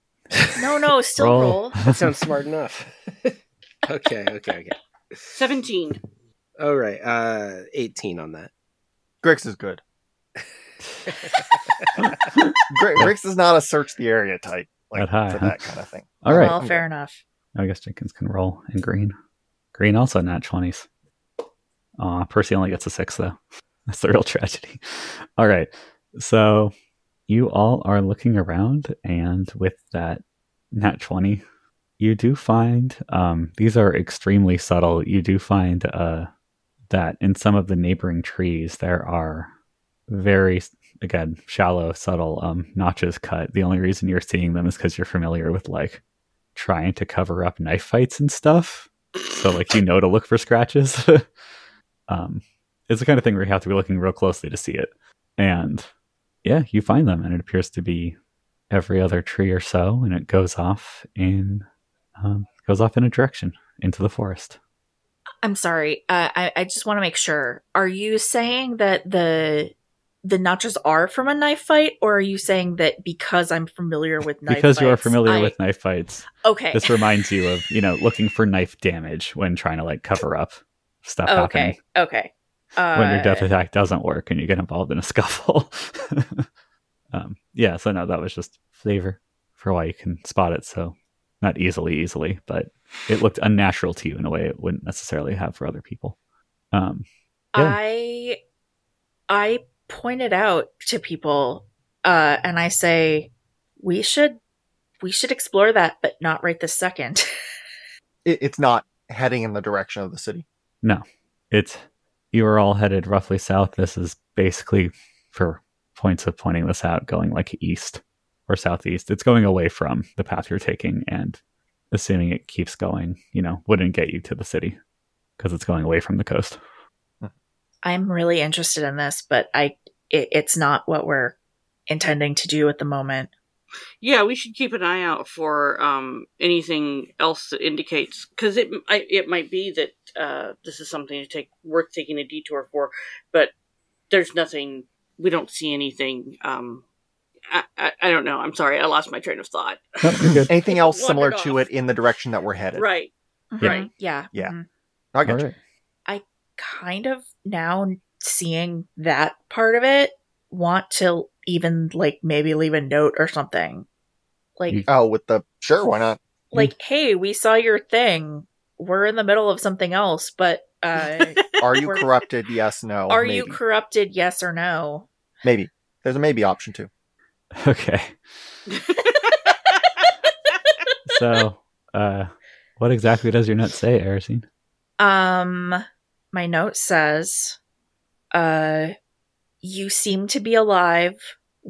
[SPEAKER 3] No, no, still
[SPEAKER 1] Roll.
[SPEAKER 3] roll.
[SPEAKER 2] that sounds smart enough. okay, okay, okay.
[SPEAKER 4] 17.
[SPEAKER 2] All right, uh, eighteen on that.
[SPEAKER 5] Grix is good. Gr- Grix is not a search the area type like
[SPEAKER 1] That high,
[SPEAKER 5] for
[SPEAKER 1] huh?
[SPEAKER 5] that kind of thing.
[SPEAKER 1] All right.
[SPEAKER 3] Well, fair enough.
[SPEAKER 1] I guess Jenkins can roll in green. Green also not twenties. Aw, Percy only gets a six though. That's the real tragedy. All right. So you all are looking around, and with that nat twenty, you do find um, these are extremely subtle. You do find uh, that in some of the neighboring trees there are very again shallow, subtle um, notches cut. The only reason you're seeing them is because you're familiar with like trying to cover up knife fights and stuff. So like you know to look for scratches. um, it's the kind of thing where you have to be looking real closely to see it. And yeah, you find them, and it appears to be every other tree or so, and it goes off in um, goes off in a direction into the forest.
[SPEAKER 3] I'm sorry. Uh, I I just want to make sure. Are you saying that the the notches are from a knife fight, or are you saying that because I'm familiar with knife
[SPEAKER 1] because you are
[SPEAKER 3] fights,
[SPEAKER 1] familiar
[SPEAKER 3] I-
[SPEAKER 1] with knife fights,
[SPEAKER 3] Okay.
[SPEAKER 1] this reminds you of you know looking for knife damage when trying to like cover up stuff happening
[SPEAKER 3] okay. Okay. Uh,
[SPEAKER 1] when your death attack doesn't work and you get involved in a scuffle. um, yeah, so no, that was just flavor for why you can spot it so not easily, easily, but it looked unnatural to you in a way it wouldn't necessarily have for other people. Um, yeah.
[SPEAKER 3] I I pointed out to people, uh, and I say we should we should explore that, but not right this second.
[SPEAKER 5] It, it's not heading in the direction of the city.
[SPEAKER 1] it's you are all headed roughly south. This is basically for points of pointing this out, going like east or southeast. It's going away from the path you're taking, and assuming it keeps going, you know, wouldn't get you to the city because it's going away from the coast.
[SPEAKER 3] I'm really interested in this, but I it, it's not what we're intending to do at the moment.
[SPEAKER 4] Yeah, we should keep an eye out for um, anything else that indicates because it I, it might be that uh, this is something to take worth taking a detour for, but there's nothing we don't see anything. Um, I, I I don't know. I'm sorry, I lost my train of thought.
[SPEAKER 1] No, you're good.
[SPEAKER 5] Anything else similar
[SPEAKER 4] Wandered
[SPEAKER 5] to
[SPEAKER 4] off.
[SPEAKER 5] it in the direction that we're headed?
[SPEAKER 4] Right. Right.
[SPEAKER 3] Mhm. Yeah.
[SPEAKER 5] Yeah.
[SPEAKER 3] Mhm.
[SPEAKER 5] I got
[SPEAKER 1] All
[SPEAKER 5] you.
[SPEAKER 1] right.
[SPEAKER 3] Kind of now seeing that part of it, want to even like maybe leave a note or something. Like
[SPEAKER 1] You-
[SPEAKER 5] Oh, with the sure, why not?
[SPEAKER 3] like, hey, we saw your thing. We're in the middle of something else, but uh
[SPEAKER 5] Are you
[SPEAKER 3] Or-
[SPEAKER 5] corrupted? Yes, no.
[SPEAKER 3] are
[SPEAKER 5] maybe.
[SPEAKER 3] you corrupted, yes or no?
[SPEAKER 5] maybe there's a maybe option too.
[SPEAKER 1] Okay. So, uh, what exactly does your note say, Erisine?
[SPEAKER 3] Um, my note says, uh, you seem to be alive.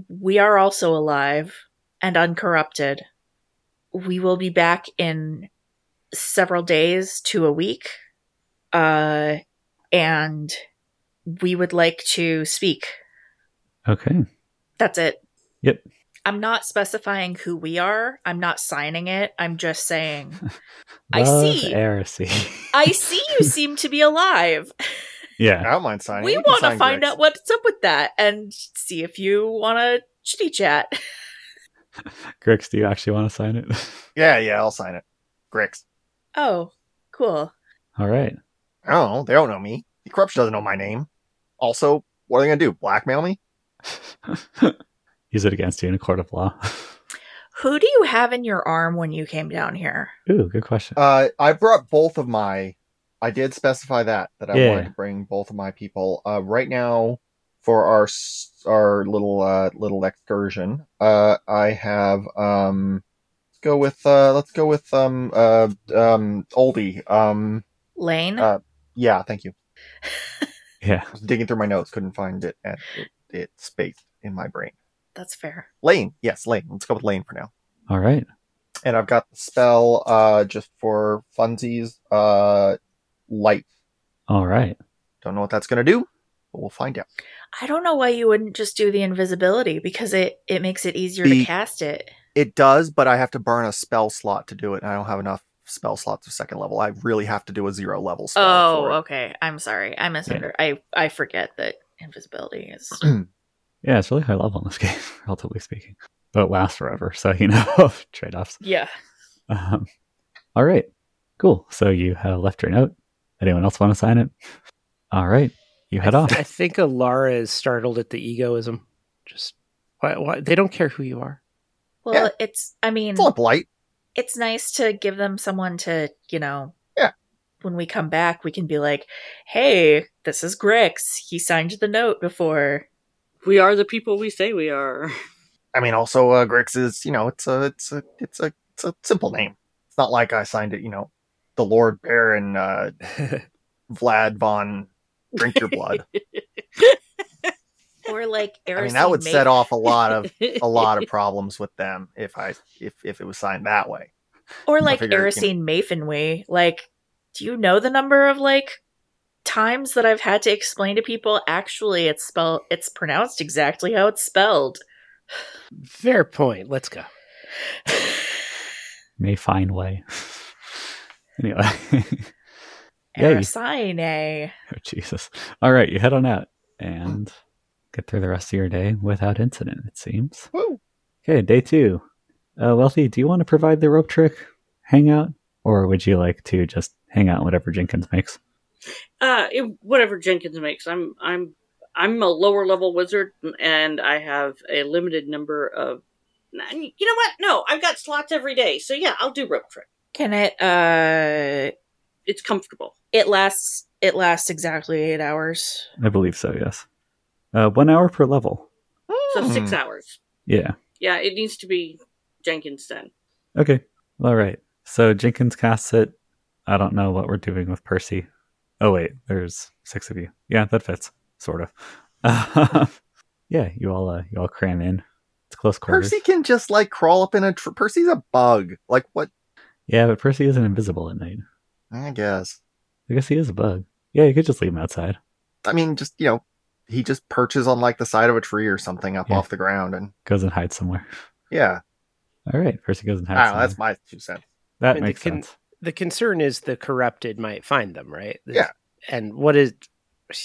[SPEAKER 3] We are also alive and uncorrupted. We will be back in several days to a week. Uh, and we would like to speak.
[SPEAKER 1] Okay.
[SPEAKER 3] That's it.
[SPEAKER 1] Yep.
[SPEAKER 3] I'm not specifying who we are. I'm not signing it. I'm just saying, I
[SPEAKER 1] Love
[SPEAKER 3] see.
[SPEAKER 1] Erisine.
[SPEAKER 3] I see you seem to be alive.
[SPEAKER 1] yeah.
[SPEAKER 5] I don't mind signing.
[SPEAKER 3] we
[SPEAKER 5] You can
[SPEAKER 3] want to
[SPEAKER 5] sign
[SPEAKER 3] find
[SPEAKER 5] Greg's.
[SPEAKER 3] out what's up with that and see if you want to chitty chat.
[SPEAKER 1] Grix, do you actually want to sign it?
[SPEAKER 5] Yeah, yeah, I'll sign it. Grix.
[SPEAKER 3] Oh, cool.
[SPEAKER 1] All right.
[SPEAKER 5] I don't know. Oh, They don't know me. The corruption doesn't know my name. Also, what are they gonna do? Blackmail me?
[SPEAKER 1] Use it against you in a court of law.
[SPEAKER 3] Who do you have in your arm when you came down here?
[SPEAKER 1] Ooh, good question.
[SPEAKER 5] Uh, I brought both of my. I did specify that that I
[SPEAKER 1] Yeah.
[SPEAKER 5] wanted to bring both of my people. Uh, right now, for our s- our little uh, little excursion, uh, I have um, let's go with uh, let's go with um uh um oldie um
[SPEAKER 3] Lane?
[SPEAKER 5] Uh, yeah thank you.
[SPEAKER 1] yeah.
[SPEAKER 5] I was digging through my notes, couldn't find it, and it, it spaced in my brain.
[SPEAKER 3] That's fair.
[SPEAKER 5] Lane, yes, Lane. Let's go with Lane for now.
[SPEAKER 1] All right.
[SPEAKER 5] and I've got the spell uh just for funsies uh light.
[SPEAKER 1] All right.
[SPEAKER 5] Don't know what that's gonna do, but we'll find out.
[SPEAKER 3] I don't know why you wouldn't just do the invisibility because it, it makes it easier
[SPEAKER 5] Be-
[SPEAKER 3] to cast it.
[SPEAKER 5] It does, but I have to burn a spell slot to do it, and I don't have enough spell slots of second level. I really have to do a zero level spell.
[SPEAKER 3] Oh,
[SPEAKER 5] for it.
[SPEAKER 3] okay. I'm sorry. I misunderstood. I, I forget that invisibility is.
[SPEAKER 1] Yeah, it's really high level in this game, relatively speaking. But it lasts forever, so you know trade offs.
[SPEAKER 3] yeah.
[SPEAKER 1] Um, all right, cool. So you have left your note. Anyone else want to sign it? All right, you head
[SPEAKER 2] I,
[SPEAKER 1] off.
[SPEAKER 2] th- I think Alara is startled at the egoism. Just why, why they don't care who you are.
[SPEAKER 3] Well,
[SPEAKER 5] Yeah.
[SPEAKER 3] it's, I mean,
[SPEAKER 5] It's all blight.
[SPEAKER 3] it's nice to give them someone to, you know,
[SPEAKER 5] Yeah.
[SPEAKER 3] when we come back, we can be like, hey, this is Grix. He signed the note before.
[SPEAKER 4] we are the people we say we are.
[SPEAKER 5] I mean also uh Grix is, you know, it's a it's a it's a it's a simple name. It's not like I signed it, you know, the Lord Bear and uh Vlad von Drink Your Blood.
[SPEAKER 3] Or like Erisine
[SPEAKER 5] I mean that would
[SPEAKER 3] May-
[SPEAKER 5] set off a lot of a lot of problems with them if I if if it was signed that way.
[SPEAKER 3] Or
[SPEAKER 5] I
[SPEAKER 3] like
[SPEAKER 5] figure, you know-
[SPEAKER 3] Erisine Mafenwee. Like, do you know the number of like times that I've had to explain to people actually it's spell it's pronounced exactly how it's spelled?
[SPEAKER 2] Fair point. Let's go.
[SPEAKER 1] May find way. anyway, oh, Yeah, you-
[SPEAKER 3] Erisine.
[SPEAKER 1] oh, Jesus. All right, you head on out and get through the rest of your day without incident. It seems.
[SPEAKER 5] Woo.
[SPEAKER 1] Okay, day two. Uh, Wealthy, do you want to provide the rope trick hangout, or would you like to just hang out whatever Jenkins makes?
[SPEAKER 4] Uh, it, whatever Jenkins makes. I'm I'm I'm a lower level wizard, and I have a limited number of. Nah, You know what? No, I've got slots every day, so yeah, I'll do rope trick.
[SPEAKER 3] Can it uh
[SPEAKER 4] It's comfortable.
[SPEAKER 3] it lasts it lasts exactly eight hours.
[SPEAKER 1] I believe so. Yes. Uh, one hour per level.
[SPEAKER 4] So
[SPEAKER 5] Hmm.
[SPEAKER 4] six hours.
[SPEAKER 1] Yeah.
[SPEAKER 4] Yeah, it needs to be Jenkins then.
[SPEAKER 1] Okay. All right. So Jenkins casts it. I don't know what we're doing with Percy. Oh wait, there's six of you. Yeah, that fits, sort of. yeah, you all uh, you all cram in. It's close quarters.
[SPEAKER 5] Percy can just like crawl up in a. Tr- Percy's a bug. Like what?
[SPEAKER 1] Yeah, but Percy isn't invisible at night.
[SPEAKER 5] I guess.
[SPEAKER 1] I guess he is a bug. Yeah, you could just leave him outside.
[SPEAKER 5] I mean, just you know, he just perches on like the side of a tree or something up
[SPEAKER 1] Yeah.
[SPEAKER 5] off the ground, and
[SPEAKER 1] Goes and hides somewhere.
[SPEAKER 5] yeah,
[SPEAKER 1] All right, Percy goes and hides.
[SPEAKER 5] I don't
[SPEAKER 1] somewhere.
[SPEAKER 5] know, that's my two cents.
[SPEAKER 1] that
[SPEAKER 2] I mean, they
[SPEAKER 1] makes
[SPEAKER 2] can-
[SPEAKER 1] sense.
[SPEAKER 2] The concern is the corrupted might find them, right?
[SPEAKER 5] Yeah.
[SPEAKER 2] And what is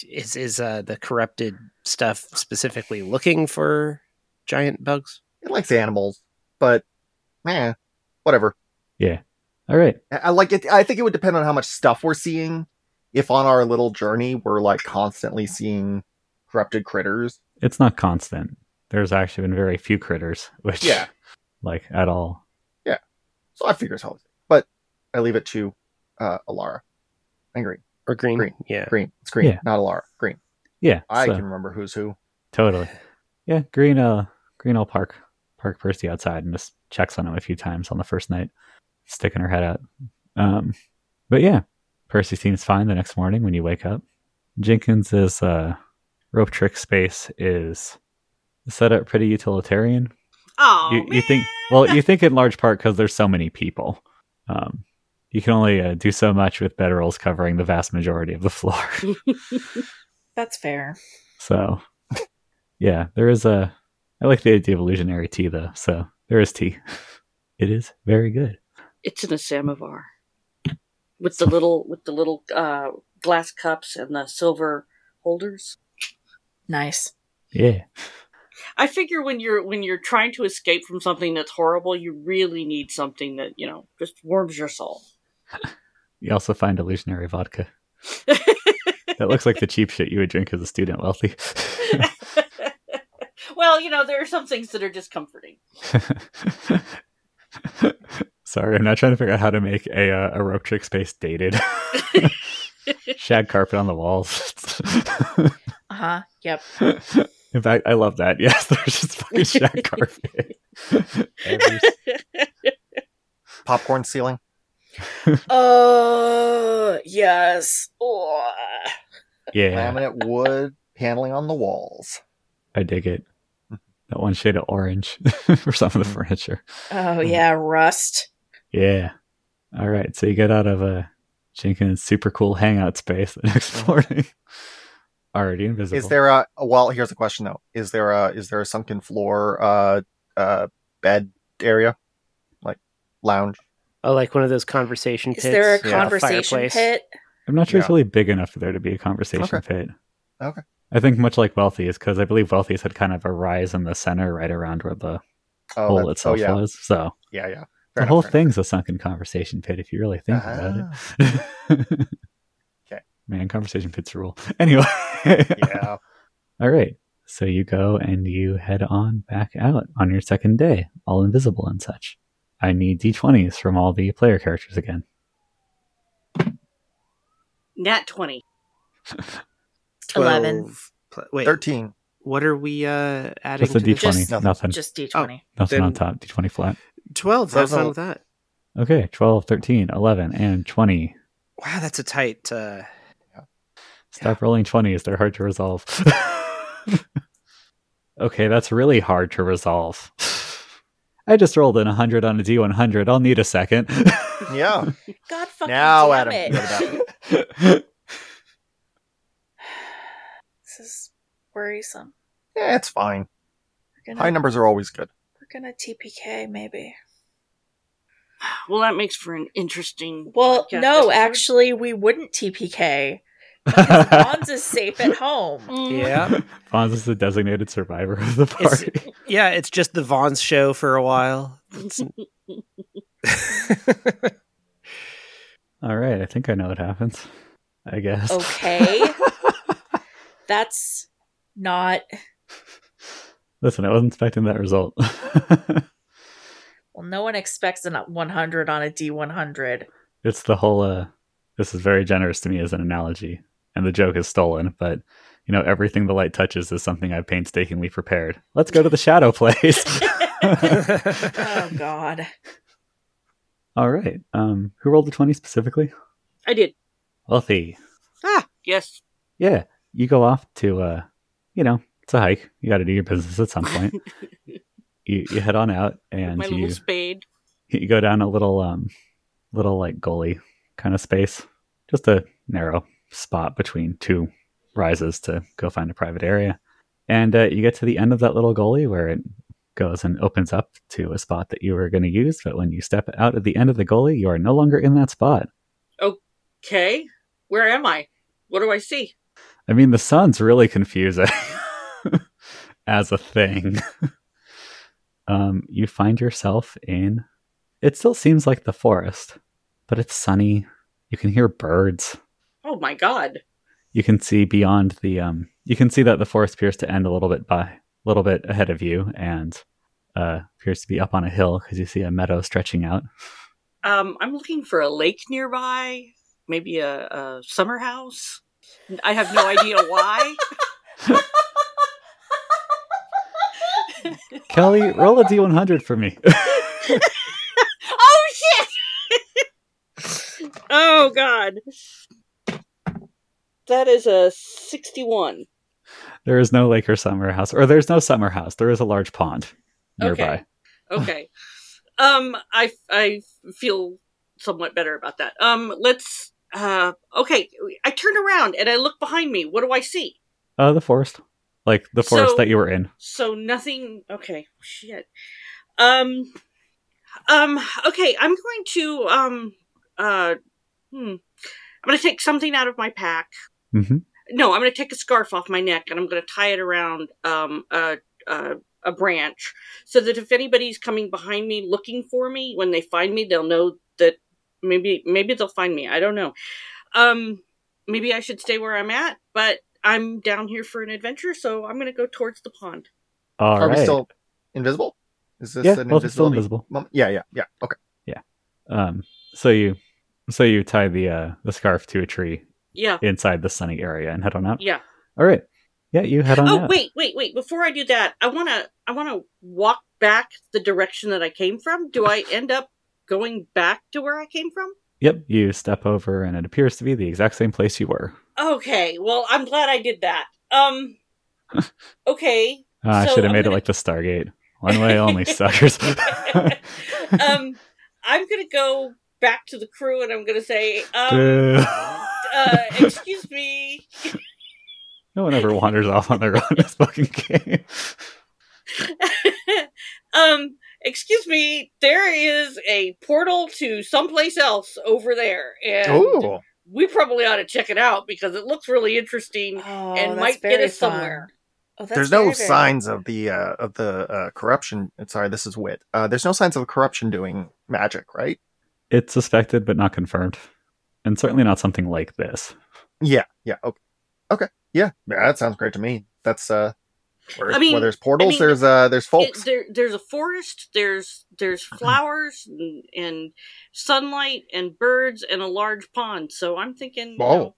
[SPEAKER 2] is is uh, the corrupted stuff specifically looking for giant bugs?
[SPEAKER 5] It likes animals, but eh, whatever.
[SPEAKER 1] All right.
[SPEAKER 5] I- I like it. I think it would depend on how much stuff we're seeing. If on our little journey we're like constantly seeing corrupted critters,
[SPEAKER 1] It's not constant. There's actually been very few critters, which
[SPEAKER 5] Yeah.
[SPEAKER 1] like at all.
[SPEAKER 5] so I figure it's always. But I leave it to uh, Alara and Green.
[SPEAKER 2] Or green?
[SPEAKER 5] Green.
[SPEAKER 2] Yeah.
[SPEAKER 5] Green. It's Green,
[SPEAKER 1] Yeah.
[SPEAKER 5] not Alara. Green.
[SPEAKER 1] Yeah.
[SPEAKER 5] I
[SPEAKER 1] so-
[SPEAKER 5] can remember who's who.
[SPEAKER 1] Totally. Yeah, green uh green all park Park Percy outside and just checks on him a few times on the first night, sticking her head out. Um, but yeah, Percy seems fine the next morning when you wake up. Jenkins's uh, rope trick space is set up pretty utilitarian.
[SPEAKER 4] Oh,
[SPEAKER 1] you, you think well, you think in large part because there's so many people. Um, you can only uh, do so much with bedrolls covering the vast majority of the floor.
[SPEAKER 3] That's fair.
[SPEAKER 1] So, yeah, there is a. I like the idea of illusionary tea, though. So there is tea. It is very good.
[SPEAKER 4] it's in a samovar with the little with the little uh, glass cups and the silver holders.
[SPEAKER 3] Nice.
[SPEAKER 1] Yeah.
[SPEAKER 4] I figure when you're when you're trying to escape from something that's horrible, you really need something that you know just warms your soul.
[SPEAKER 1] You also find illusionary vodka. That looks like the cheap shit you would drink as a student wealthy.
[SPEAKER 4] well, you know there are some things that are just comforting.
[SPEAKER 1] Sorry, I'm not trying to figure out how to make a uh, a rope trick space dated. Shag carpet on the walls.
[SPEAKER 3] Uh huh. Yep.
[SPEAKER 1] In fact, I love that. Yes, there's just fucking shag carpet. Every
[SPEAKER 5] Popcorn ceiling.
[SPEAKER 3] Oh yes. Oh.
[SPEAKER 1] Yeah,
[SPEAKER 5] Laminate wood paneling on the walls.
[SPEAKER 1] I dig it.
[SPEAKER 5] Mm-hmm.
[SPEAKER 1] That one shade of orange for some of the furniture.
[SPEAKER 5] Hmm.
[SPEAKER 3] Oh yeah, rust.
[SPEAKER 1] Yeah. All right. So you get out of a Jenkins super cool hangout space the next morning. Already invisible.
[SPEAKER 5] Mm-hmm. Is there a well? Here's a question though. Is there a is there a sunken floor uh uh bed area, like lounge?
[SPEAKER 2] Oh, like one of those conversation
[SPEAKER 3] Is
[SPEAKER 2] pits.
[SPEAKER 3] there a
[SPEAKER 5] Yeah.
[SPEAKER 3] conversation
[SPEAKER 2] fireplace.
[SPEAKER 3] pit?
[SPEAKER 1] I'm not sure it's
[SPEAKER 5] Yeah.
[SPEAKER 1] really big enough for there to be a conversation pit.
[SPEAKER 5] Okay.
[SPEAKER 1] I think much like Wealthy's, because I believe Wealthy's had kind of a rise in the center right around where the
[SPEAKER 5] Oh,
[SPEAKER 1] hole
[SPEAKER 5] that's-
[SPEAKER 1] itself
[SPEAKER 5] yeah,
[SPEAKER 1] was. So
[SPEAKER 5] yeah, yeah.
[SPEAKER 1] the whole thing's a sunken conversation pit if you really think
[SPEAKER 5] Ah.
[SPEAKER 1] about it. okay. Man, conversation fits the rule. Anyway.
[SPEAKER 5] yeah.
[SPEAKER 1] All right. So you go and you head on back out on your second day, all invisible and such. I need d20s from all the player characters again.
[SPEAKER 4] Nat twenty.
[SPEAKER 3] 11.
[SPEAKER 2] 12 pl- Wait,
[SPEAKER 5] Thirteen.
[SPEAKER 2] what are we uh adding
[SPEAKER 1] Just a
[SPEAKER 2] to the
[SPEAKER 1] d20.
[SPEAKER 3] Just-
[SPEAKER 1] nothing.
[SPEAKER 5] nothing.
[SPEAKER 1] Nothing,
[SPEAKER 3] Just D twenty.
[SPEAKER 5] Oh.
[SPEAKER 1] on
[SPEAKER 2] then-
[SPEAKER 1] top. D20 flat.
[SPEAKER 2] 12? Have
[SPEAKER 5] Those are-
[SPEAKER 2] fun with that.
[SPEAKER 1] Okay. 12, 13, 11, and 20.
[SPEAKER 2] Wow, that's a tight. Uh,
[SPEAKER 1] Stop rolling 20s. They're hard to resolve. okay. That's really hard to resolve. I just rolled an 100 on a d100. I'll need a second.
[SPEAKER 5] Yeah.
[SPEAKER 3] God fucking
[SPEAKER 5] now,
[SPEAKER 3] damn
[SPEAKER 5] Adam,
[SPEAKER 3] it.
[SPEAKER 5] you have it.
[SPEAKER 3] This is worrisome.
[SPEAKER 5] Yeah, it's fine.
[SPEAKER 3] We're gonna,
[SPEAKER 5] High numbers are always good.
[SPEAKER 3] we're gonna TPK maybe.
[SPEAKER 4] Well, that makes for an interesting.
[SPEAKER 3] Well,
[SPEAKER 4] podcast
[SPEAKER 3] no,
[SPEAKER 4] episode.
[SPEAKER 3] actually, we wouldn't TPK because Bonds is safe at home.
[SPEAKER 4] Mm.
[SPEAKER 2] yeah.
[SPEAKER 1] Fonz is the designated survivor of the
[SPEAKER 2] It's-
[SPEAKER 1] party.
[SPEAKER 2] Yeah, it's just the Vaughn's show for a while. It's-
[SPEAKER 4] Mm,
[SPEAKER 1] All right, I think I know what happens. I guess.
[SPEAKER 3] Okay. That's not
[SPEAKER 1] Listen, I wasn't expecting that result.
[SPEAKER 3] well. No one expects a 100 on a D100.
[SPEAKER 1] it's the whole. Uh, this is very generous to me as an analogy, and the joke is stolen. But you know, everything the light touches is something I've painstakingly prepared. Let's go to the shadow place.
[SPEAKER 3] Oh God.
[SPEAKER 1] All right. Um, who rolled the twenty specifically?
[SPEAKER 4] I did.
[SPEAKER 1] Wealthy.
[SPEAKER 4] Ah, yes.
[SPEAKER 1] yeah, you go off to uh, you know, it's a hike. You got to do your business at some point. you you head on out and
[SPEAKER 4] My
[SPEAKER 1] you
[SPEAKER 4] little spade.
[SPEAKER 1] you go down a little um, little like gully kind of space, just a narrow spot between two rises to go find a private area, and uh, you get to the end of that little gully where it goes and opens up to a spot that you were going to use but when you step out at the end of the gully you are no longer in that spot
[SPEAKER 4] Okay, where am I? What do I see?
[SPEAKER 1] i mean the sun's really confusing as a thing. um, you find yourself in. It still seems like the forest, but it's sunny. You can hear birds.
[SPEAKER 4] Oh my god.
[SPEAKER 1] You can see beyond the. Um, you can see that the forest appears to end a little bit by, a little bit ahead of you, and uh, appears to be up on a hill because you see a meadow stretching out.
[SPEAKER 4] Um, I'm looking for a lake nearby, maybe a, a summer house. I have no idea why.
[SPEAKER 1] Kelly, roll a d100 for me.
[SPEAKER 4] Oh shit! oh god. That is a 61.
[SPEAKER 1] there is no lake or summer house, or there's no summer house. There is a large pond
[SPEAKER 4] Okay.
[SPEAKER 1] nearby.
[SPEAKER 4] Okay. um I I feel somewhat better about that. Um let's uh okay, I turn around and I look behind me. What do I see?
[SPEAKER 1] Uh, the forest, like the forest
[SPEAKER 4] So-
[SPEAKER 1] that you were in.
[SPEAKER 4] So nothing. Okay, shit. Um, um. Okay, I'm going to um. Uh, hmm. I'm going to take something out of my pack.
[SPEAKER 1] hmm
[SPEAKER 4] No, I'm going to take a scarf off my neck and I'm going to tie it around um a a, a branch so that if anybody's coming behind me looking for me, when they find me, they'll know that maybe maybe they'll find me. I don't know. Um, maybe I should stay where I'm at, but. I'm down here for an adventure, so I'm gonna go towards the pond.
[SPEAKER 1] All
[SPEAKER 5] Are
[SPEAKER 1] right.
[SPEAKER 5] we still invisible? Is this
[SPEAKER 1] yeah,
[SPEAKER 5] an
[SPEAKER 1] both still
[SPEAKER 5] invisibility?
[SPEAKER 1] invisible.
[SPEAKER 5] moment? Yeah, yeah, yeah. Okay.
[SPEAKER 1] Um, so you, so you tie the uh, the scarf to a tree
[SPEAKER 4] Yeah,
[SPEAKER 1] inside the sunny area and head on out.
[SPEAKER 4] yeah.
[SPEAKER 1] All right. Yeah, you head on
[SPEAKER 4] Oh
[SPEAKER 1] out.
[SPEAKER 4] wait, wait, wait! Before I do that, I wanna I wanna walk back the direction that I came from. Do I end up going back to where I came from?
[SPEAKER 1] Yep, you step over and it appears to be the exact same place you were.
[SPEAKER 4] Okay. Well, I'm glad I did that. Um. Okay.
[SPEAKER 1] Uh, I
[SPEAKER 4] So
[SPEAKER 1] should have
[SPEAKER 4] I'm
[SPEAKER 1] made it
[SPEAKER 4] gonna-
[SPEAKER 1] like the Stargate. One way only, suckers.
[SPEAKER 4] um, I'm gonna go back to the crew and I'm gonna say, um,
[SPEAKER 1] Boo.
[SPEAKER 4] uh, excuse me.
[SPEAKER 1] no one ever wanders off on their own in this fucking game.
[SPEAKER 4] um, excuse me. There is a portal to someplace else over there, and
[SPEAKER 5] Oh,
[SPEAKER 4] we probably ought to check it out because it looks really interesting.
[SPEAKER 3] Oh,
[SPEAKER 4] And
[SPEAKER 3] that's
[SPEAKER 4] might get
[SPEAKER 3] very
[SPEAKER 4] us somewhere.
[SPEAKER 3] fun. Oh, that's
[SPEAKER 5] there's no
[SPEAKER 3] very, very-
[SPEAKER 5] signs of the uh, of the uh, corruption. Sorry, this is wit. Uh, there's no signs of corruption doing magic, right?
[SPEAKER 1] It's suspected but not confirmed. And certainly not something like this.
[SPEAKER 5] Yeah, yeah. Okay, okay. Yeah, yeah. That sounds great to me. That's uh, where,
[SPEAKER 4] I mean-
[SPEAKER 5] where there's portals,
[SPEAKER 4] mean,
[SPEAKER 5] there's uh, there's
[SPEAKER 4] It-
[SPEAKER 5] folks.
[SPEAKER 4] there, there's a forest. There's there's
[SPEAKER 1] Mm-hmm.
[SPEAKER 4] flowers and, and sunlight and birds and a large pond. So I'm thinking, you
[SPEAKER 5] Oh.
[SPEAKER 4] know,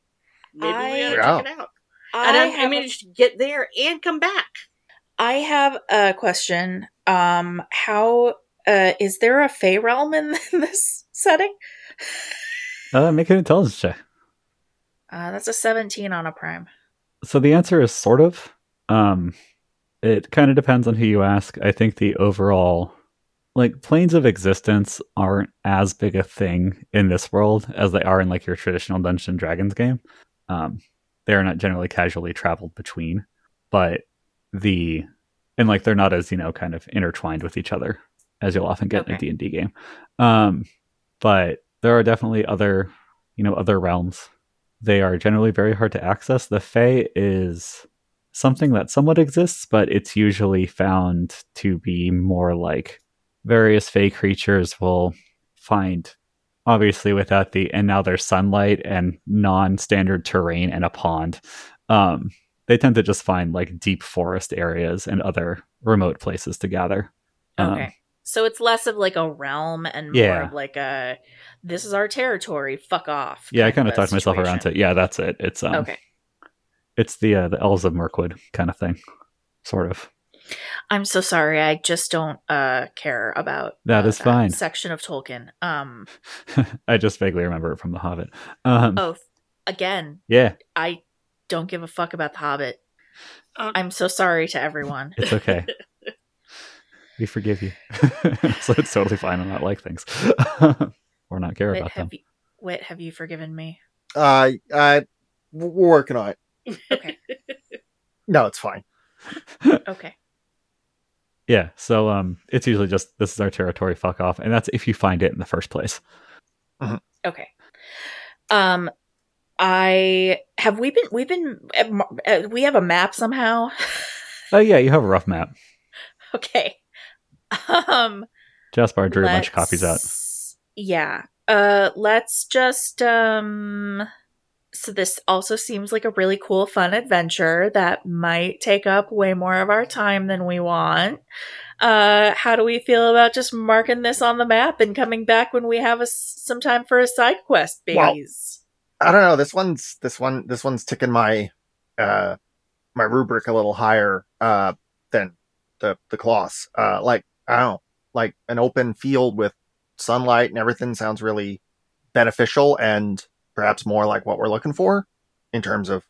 [SPEAKER 4] maybe we ought to
[SPEAKER 5] I-
[SPEAKER 4] check it out.
[SPEAKER 3] I,
[SPEAKER 4] And I, I
[SPEAKER 3] have, a-
[SPEAKER 4] managed to get there and come back.
[SPEAKER 3] I have a question. Um, how uh, is there a Fey realm in this setting?
[SPEAKER 1] Uh, make an intelligence check.
[SPEAKER 3] Uh, that's a seventeen on a prime.
[SPEAKER 1] So the answer is sort of. Um, it kind of depends on who you ask. I think the overall, like, planes of existence aren't as big a thing in this world as they are in, like, your traditional Dungeons and Dragons game. Um, they're not generally casually traveled between, but the, and, like, they're not as, you know, kind of intertwined with each other as you'll often get in a
[SPEAKER 4] Okay.
[SPEAKER 1] D&D game. Um, but there are definitely other, you know, other realms they are generally very hard to access. The Fey is something that somewhat exists, but it's usually found to be more like various Fey creatures will find, obviously, without the and now there's sunlight and non standard terrain and a pond. Um, they tend to just find like deep forest areas and other remote places to gather. Um,
[SPEAKER 3] Okay. so it's less of like a realm and more
[SPEAKER 1] Yeah.
[SPEAKER 3] of like a this is our territory. Fuck off.
[SPEAKER 1] yeah, I
[SPEAKER 3] kind
[SPEAKER 1] kind of
[SPEAKER 3] a
[SPEAKER 1] talked myself around to
[SPEAKER 3] situation.
[SPEAKER 1] it. Yeah, that's it. It's um,
[SPEAKER 3] okay.
[SPEAKER 1] it's the uh, the elves of Mirkwood kind of thing, sort of.
[SPEAKER 3] I'm so sorry. I just don't uh, care about
[SPEAKER 1] That
[SPEAKER 3] uh,
[SPEAKER 1] is fine.
[SPEAKER 3] section of Tolkien. Um,
[SPEAKER 1] I just vaguely remember it from The Hobbit. Um,
[SPEAKER 3] oh, again,
[SPEAKER 1] Yeah,
[SPEAKER 3] I don't give a fuck about the Hobbit.
[SPEAKER 4] Um,
[SPEAKER 3] I'm so sorry to everyone.
[SPEAKER 1] it's okay. we forgive you. so it's totally fine to not like things or not care
[SPEAKER 3] Wit,
[SPEAKER 1] about them.
[SPEAKER 3] have you, Wit, have you forgiven me?
[SPEAKER 5] Uh, uh, we're working on it.
[SPEAKER 3] Okay.
[SPEAKER 5] No, it's fine.
[SPEAKER 3] Okay.
[SPEAKER 1] Yeah, so um, it's usually just this is our territory. Fuck off, and that's if you find it in the first place.
[SPEAKER 3] Okay. Um, I have we been we've been uh, mar- uh, we have a map somehow.
[SPEAKER 1] Oh yeah, you have a rough map.
[SPEAKER 3] okay. Um,
[SPEAKER 1] Jasper drew a bunch of
[SPEAKER 3] let's-
[SPEAKER 1] copies out.
[SPEAKER 3] Yeah. Uh, let's just um. So this also seems like a really cool, fun adventure that might take up way more of our time than we want. Uh, how do we feel about just marking this on the map and coming back when we have a, s- some time for a side quest,
[SPEAKER 5] Well,
[SPEAKER 3] babies?
[SPEAKER 5] I don't know. This one's this one this one's ticking my uh my rubric a little higher uh than the the cloths. Uh, like I don't know, like an open field with sunlight and everything sounds really beneficial and perhaps more like what we're looking for in terms of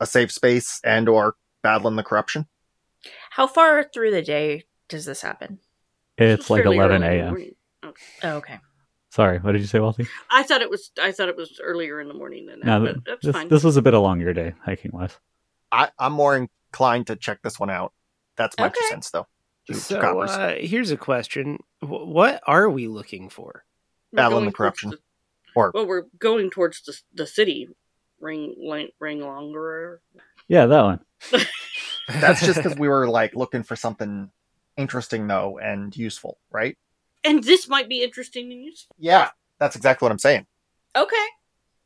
[SPEAKER 5] a safe space and or battling the corruption.
[SPEAKER 3] How far through the day does this happen?
[SPEAKER 1] It's like
[SPEAKER 4] Fairly
[SPEAKER 1] 11
[SPEAKER 4] early in the
[SPEAKER 1] a.m.
[SPEAKER 4] morning. Okay.
[SPEAKER 3] Oh, okay.
[SPEAKER 1] Sorry, what did you say, Wealthy?
[SPEAKER 4] I thought it was. I thought it was earlier in the morning than that.
[SPEAKER 1] No,
[SPEAKER 4] but that's
[SPEAKER 1] this,
[SPEAKER 4] fine.
[SPEAKER 1] this was a bit of a longer day, hiking wise.
[SPEAKER 5] I, I'm more inclined to check this one out. That's my two
[SPEAKER 4] Okay.
[SPEAKER 5] cents though. You
[SPEAKER 2] So
[SPEAKER 5] coppers.
[SPEAKER 2] uh, here's a question: Wh- What are we looking for?
[SPEAKER 4] We're
[SPEAKER 5] battling
[SPEAKER 4] going
[SPEAKER 5] the corruption.
[SPEAKER 4] towards
[SPEAKER 5] Or-
[SPEAKER 4] well, we're going towards the the city. Ring, ring, ring longer.
[SPEAKER 1] Yeah, that one.
[SPEAKER 5] That's just because we were like looking for something interesting though and useful, right?
[SPEAKER 4] And this might be interesting and useful.
[SPEAKER 5] Yeah, that's exactly what I'm saying.
[SPEAKER 3] Okay.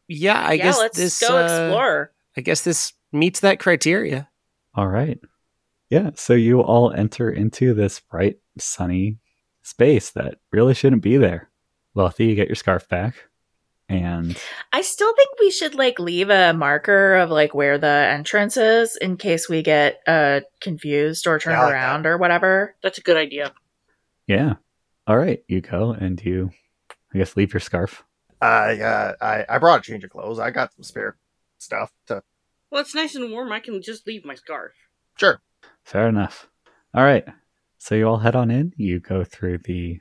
[SPEAKER 2] yeah, I
[SPEAKER 3] yeah,
[SPEAKER 2] guess
[SPEAKER 3] let's
[SPEAKER 2] this.
[SPEAKER 3] go
[SPEAKER 2] uh,
[SPEAKER 3] explore.
[SPEAKER 2] I guess this meets that criteria.
[SPEAKER 1] All right. Yeah, so you all enter into this bright, sunny space that really shouldn't be there. Wealthy, you get your scarf back. And
[SPEAKER 3] I still think we should like leave a marker of like where the entrance is in case we get uh confused or turned
[SPEAKER 5] Yeah, I like
[SPEAKER 3] around or whatever.
[SPEAKER 4] That's a good idea.
[SPEAKER 1] yeah. All right, you go and you, I guess, leave your scarf.
[SPEAKER 5] I uh, I I brought a change of clothes. I got some spare stuff to
[SPEAKER 4] Well, it's nice and warm. I can just leave my scarf.
[SPEAKER 5] sure.
[SPEAKER 1] Fair enough. All right. So you all head on in. You go through the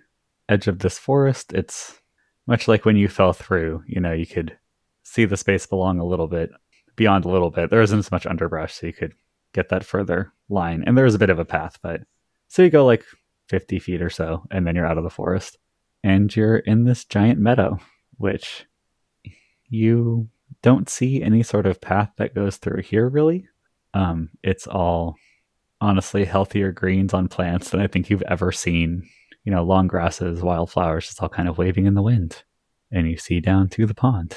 [SPEAKER 1] edge of this forest. It's much like when you fell through. You know, you could see the space belong a little bit beyond a little bit. There isn't as much underbrush, so you could get that further line. And there is a bit of a path, but so you go like 50 feet or so, and then you're out of the forest. And you're in this giant meadow, which you don't see any sort of path that goes through here, really. Um, it's all honestly healthier greens on plants than I think you've ever seen. You know, long grasses, wildflowers, just all kind of waving in the wind. And you see down to the pond.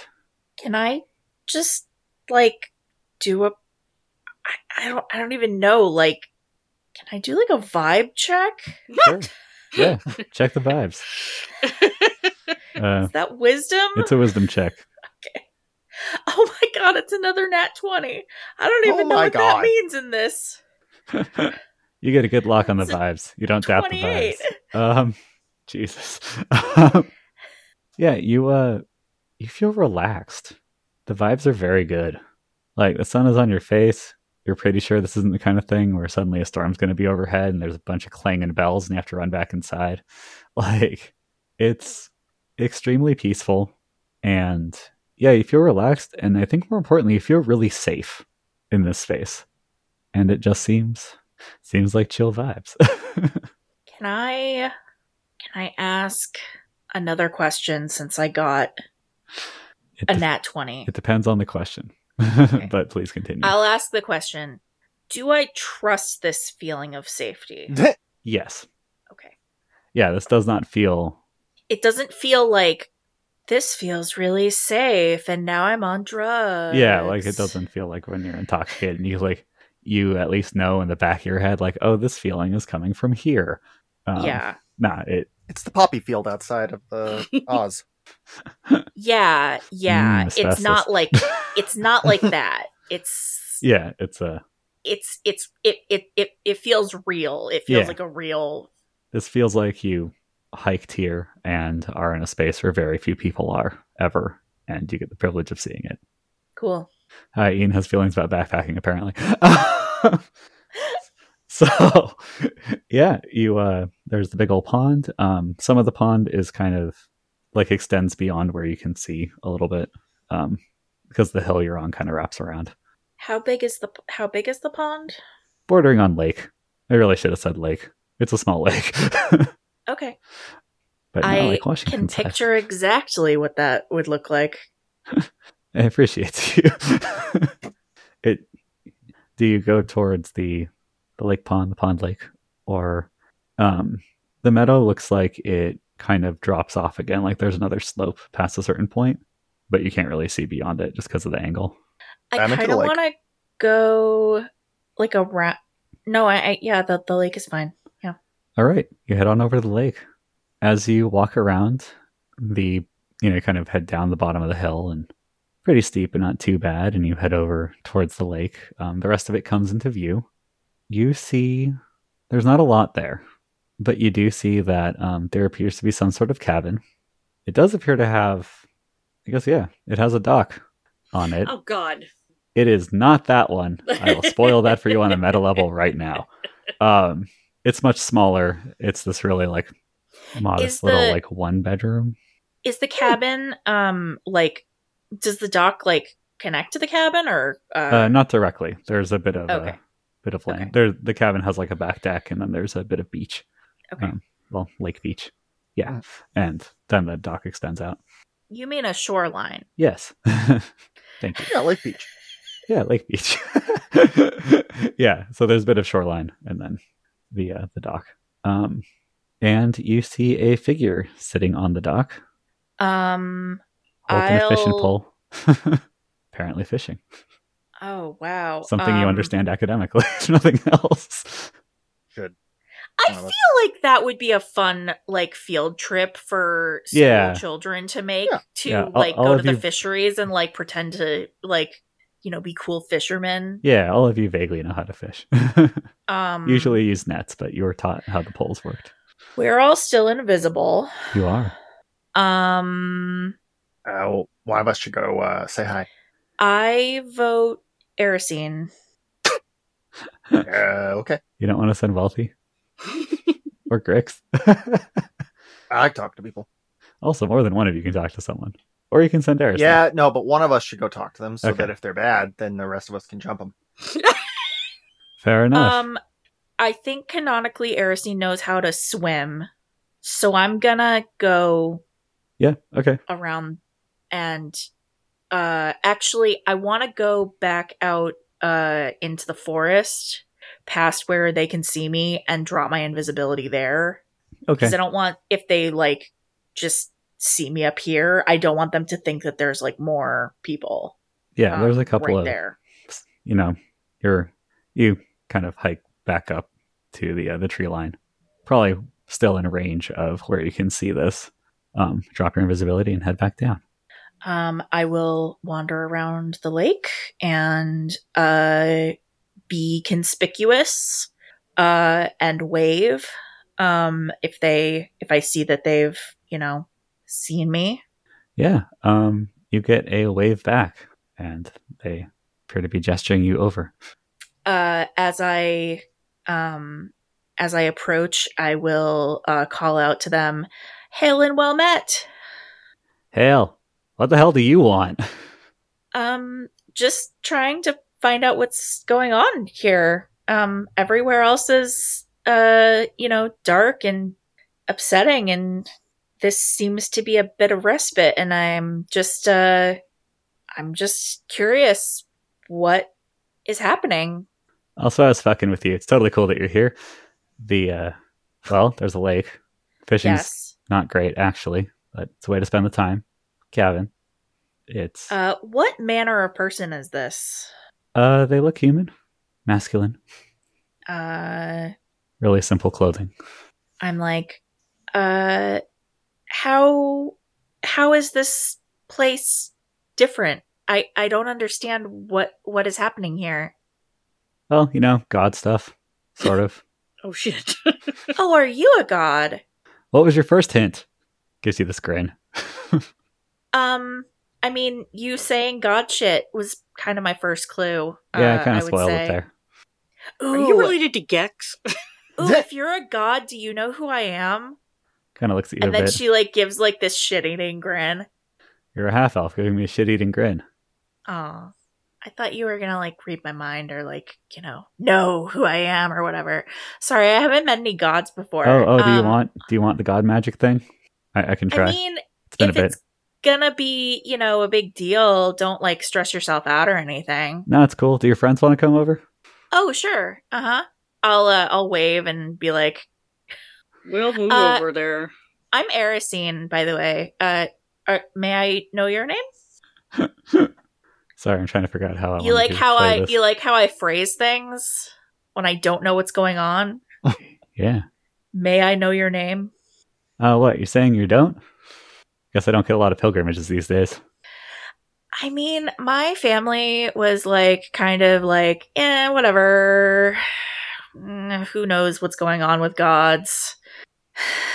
[SPEAKER 3] Can I just like do a I, I don't I don't even know like can I do like a vibe check?
[SPEAKER 1] Sure. Yeah, check the vibes. Uh,
[SPEAKER 3] Is that wisdom?
[SPEAKER 1] it's a wisdom check.
[SPEAKER 3] oh my god, it's another nat 20. I don't
[SPEAKER 5] Oh
[SPEAKER 3] even know
[SPEAKER 5] my
[SPEAKER 3] what
[SPEAKER 5] God.
[SPEAKER 3] that means in this.
[SPEAKER 1] you get a good lock on the
[SPEAKER 3] It's a
[SPEAKER 1] vibes. You don't doubt the vibes.
[SPEAKER 3] 28.
[SPEAKER 1] Um, Jesus. Um, yeah, you uh, you feel relaxed. The vibes are very good. Like the sun is on your face. You're pretty sure this isn't the kind of thing where suddenly a storm's going to be overhead and there's a bunch of clanging bells and you have to run back inside. Like it's extremely peaceful, and yeah, you feel relaxed, and I think more importantly, you feel really safe in this space. And it just seems seems like chill vibes.
[SPEAKER 3] Can I can I ask another question since I got
[SPEAKER 1] It
[SPEAKER 3] a
[SPEAKER 1] de-
[SPEAKER 3] nat 20?
[SPEAKER 1] It depends on the question, but please continue.
[SPEAKER 3] I'll ask the question. Do I trust this feeling of safety?
[SPEAKER 1] yes.
[SPEAKER 3] Okay.
[SPEAKER 1] Yeah, this does not feel.
[SPEAKER 3] It doesn't feel like this feels really safe and now I'm on drugs.
[SPEAKER 1] Yeah, like it doesn't feel like when you're intoxicated and you like you at least know in the back of your head like, oh, this feeling is coming from here. Um,
[SPEAKER 3] yeah.
[SPEAKER 1] Nah. It.
[SPEAKER 5] It's the poppy field outside of the Oz.
[SPEAKER 3] Yeah. Yeah.
[SPEAKER 1] Mm,
[SPEAKER 3] it's
[SPEAKER 1] asbestos.
[SPEAKER 3] not like it's not like that. It's
[SPEAKER 1] Yeah. It's a.
[SPEAKER 3] it's it's it it it, it feels real. It feels
[SPEAKER 1] Yeah.
[SPEAKER 3] like a real
[SPEAKER 1] This feels like you hiked here and are in a space where very few people are ever, and you get the privilege of seeing it.
[SPEAKER 3] cool.
[SPEAKER 1] Uh, Ian has feelings about backpacking, apparently. so, yeah, you uh, there's the big old pond. Um, some of the pond is kind of like extends beyond where you can see a little bit um, because the hill you're on kind of wraps around,
[SPEAKER 3] How big is the how big is the pond?
[SPEAKER 1] bordering on lake. I really should have said lake. It's a small lake, but
[SPEAKER 3] Okay.
[SPEAKER 1] not
[SPEAKER 3] I
[SPEAKER 1] like Washington.
[SPEAKER 3] can
[SPEAKER 1] size.
[SPEAKER 3] picture exactly what that would look like.
[SPEAKER 1] I appreciate you. it. Do you go towards the the lake pond, the pond lake, or um, the meadow looks like it kind of drops off again? Like there's another slope past a certain point, but you can't really see beyond it just because of the angle.
[SPEAKER 3] I
[SPEAKER 5] I'm into
[SPEAKER 3] kind of
[SPEAKER 5] the lake.
[SPEAKER 3] want to go like a rat. No, I, I yeah, the the lake is fine.
[SPEAKER 1] All right, you head on over to the lake. As you walk around the, you know, kind of head down the bottom of the hill and pretty steep, but not too bad, and you head over towards the lake. Um, the rest of it comes into view. You see There's not a lot there, but you do see that um, there appears to be some sort of cabin. It does appear to have, I guess, yeah, it has a dock on it.
[SPEAKER 4] Oh God.
[SPEAKER 1] It is not that one. I will spoil that for you on a meta level right now. Um, it's much smaller. It's this really like modest
[SPEAKER 3] Is the-
[SPEAKER 1] little like one bedroom.
[SPEAKER 3] Is
[SPEAKER 1] Hmm.
[SPEAKER 3] the cabin um like does the dock like connect to the cabin or uh,
[SPEAKER 1] Uh, not directly. There's a bit of
[SPEAKER 3] Okay.
[SPEAKER 1] a bit of land.
[SPEAKER 3] Okay.
[SPEAKER 1] There, the cabin has like a back deck, and then there's a bit of beach.
[SPEAKER 3] Okay. Uh.
[SPEAKER 1] um, well, lake beach. Yeah, and then the dock extends out.
[SPEAKER 3] you mean a shoreline?
[SPEAKER 1] Yes. Thank you.
[SPEAKER 5] Yeah, Lake Beach.
[SPEAKER 1] Yeah, Lake Beach. yeah, so there's a bit of shoreline and then the uh, the dock. Um, and you see a figure sitting on the dock
[SPEAKER 3] Um
[SPEAKER 1] holding a fishing
[SPEAKER 3] I'll-
[SPEAKER 1] pole. Apparently fishing.
[SPEAKER 3] oh wow.
[SPEAKER 1] Something you
[SPEAKER 3] Um,
[SPEAKER 1] understand academically, if nothing else.
[SPEAKER 5] Should
[SPEAKER 3] I
[SPEAKER 5] Uh,
[SPEAKER 3] feel like that would be a fun like field trip for school
[SPEAKER 1] Yeah.
[SPEAKER 3] children to make
[SPEAKER 5] Yeah.
[SPEAKER 3] to
[SPEAKER 1] Yeah, all-
[SPEAKER 3] like
[SPEAKER 1] all
[SPEAKER 3] go
[SPEAKER 1] of
[SPEAKER 3] to the
[SPEAKER 1] you-
[SPEAKER 3] fisheries and like pretend to like you know be cool fishermen.
[SPEAKER 1] Yeah, all of you vaguely know how to fish.
[SPEAKER 3] Um
[SPEAKER 1] Usually use nets, but you were taught how the poles worked.
[SPEAKER 3] we're all still invisible.
[SPEAKER 1] You are.
[SPEAKER 3] Um
[SPEAKER 5] uh, well, one of us should go uh, say hi.
[SPEAKER 3] I vote Erosine.
[SPEAKER 5] Uh, okay,
[SPEAKER 1] You don't want to send Wealthy or Grix.
[SPEAKER 5] I like to talk to people.
[SPEAKER 1] also, more than one of you can talk to someone. Or you can send Eris.
[SPEAKER 5] Yeah, no, but one of us should go talk to them so
[SPEAKER 1] Okay.
[SPEAKER 5] that if they're bad, then the rest of us can jump them.
[SPEAKER 1] Fair enough.
[SPEAKER 3] Um I think canonically Erosine knows how to swim. So I'm gonna go
[SPEAKER 1] yeah, okay.
[SPEAKER 3] around and uh actually I want to go back out uh into the forest past where they can see me and drop my invisibility there
[SPEAKER 1] Okay.
[SPEAKER 3] cuz I don't want if they like just see me up here I don't want them to think that there's like more people
[SPEAKER 1] Yeah,
[SPEAKER 3] um,
[SPEAKER 1] there's a couple
[SPEAKER 3] right
[SPEAKER 1] of
[SPEAKER 3] there
[SPEAKER 1] you know, you're you kind of hike back up to the uh, the tree line, probably still in range of where you can see this. Um, drop your invisibility and head back down.
[SPEAKER 3] Um, I will wander around the lake and uh, be conspicuous uh, and wave um, if they if I see that they've you know seen me.
[SPEAKER 1] Yeah, um, you get a wave back, and they appear to be gesturing you over.
[SPEAKER 3] Uh, as I um, as I approach, I will uh, call out to them, "Hail and well met."
[SPEAKER 1] Hail! What the hell do you want?
[SPEAKER 3] Um, just trying to find out what's going on here. Um, everywhere else is, uh, you know, dark and upsetting, and this seems to be a bit of respite. And I'm just, uh, I'm just curious what is happening.
[SPEAKER 1] Also, I was fucking with you. It's totally cool that you're here. The uh, well, there's a lake. Fishing's
[SPEAKER 3] yes.
[SPEAKER 1] not great actually, but it's a way to spend the time. Gavin, it's
[SPEAKER 3] Uh, what manner of person is this?
[SPEAKER 1] Uh, they look human, masculine,
[SPEAKER 3] Uh,
[SPEAKER 1] really simple clothing.
[SPEAKER 3] I'm like, uh, how how is this place different? I I don't understand what what is happening here.
[SPEAKER 1] Well, you know, god stuff, sort of.
[SPEAKER 4] oh shit.
[SPEAKER 3] oh, are you a god?
[SPEAKER 1] what was your first hint? Gives you this grin.
[SPEAKER 3] Um, I mean, you saying god shit was kind of my first clue.
[SPEAKER 1] yeah, I
[SPEAKER 3] uh,
[SPEAKER 1] kind of
[SPEAKER 3] would
[SPEAKER 1] spoiled
[SPEAKER 3] say.
[SPEAKER 1] it there.
[SPEAKER 3] Ooh,
[SPEAKER 4] Are you related to Gex?
[SPEAKER 3] ooh, if you're a god, do you know who I am?
[SPEAKER 1] Kind of looks at you
[SPEAKER 3] and
[SPEAKER 1] a
[SPEAKER 3] then
[SPEAKER 1] bit.
[SPEAKER 3] she like gives like this shit eating grin.
[SPEAKER 1] You're a half elf, giving me a shit-eating grin.
[SPEAKER 3] Oh, I thought you were gonna like read my mind or like you know know who I am or whatever. Sorry, I haven't met any gods before.
[SPEAKER 1] Oh, oh, do you
[SPEAKER 3] Um,
[SPEAKER 1] want do you want the god magic thing? I, I can try.
[SPEAKER 3] I mean,
[SPEAKER 1] it's been a
[SPEAKER 3] if
[SPEAKER 1] bit.
[SPEAKER 3] it's gonna be you know a big deal, don't like stress yourself out or anything.
[SPEAKER 1] No, it's cool. Do your friends want to come over?
[SPEAKER 3] Oh, sure. Uh huh. I'll uh, I'll wave and be like,
[SPEAKER 4] We'll move
[SPEAKER 3] Uh,
[SPEAKER 4] over there.
[SPEAKER 3] I'm Erisine, by the way. Uh, are, may I know your name?
[SPEAKER 1] Sorry, I'm trying to figure out how I
[SPEAKER 3] you
[SPEAKER 1] wanted
[SPEAKER 3] like
[SPEAKER 1] to
[SPEAKER 3] how
[SPEAKER 1] play
[SPEAKER 3] I
[SPEAKER 1] this.
[SPEAKER 3] you like how I phrase things when I don't know what's going on.
[SPEAKER 1] yeah.
[SPEAKER 3] May I know your name?
[SPEAKER 1] Uh, what you're saying? You don't? Guess I don't get a lot of pilgrimages these days.
[SPEAKER 3] I mean, my family was like kind of like, eh, whatever. Mm, who knows what's going on with gods.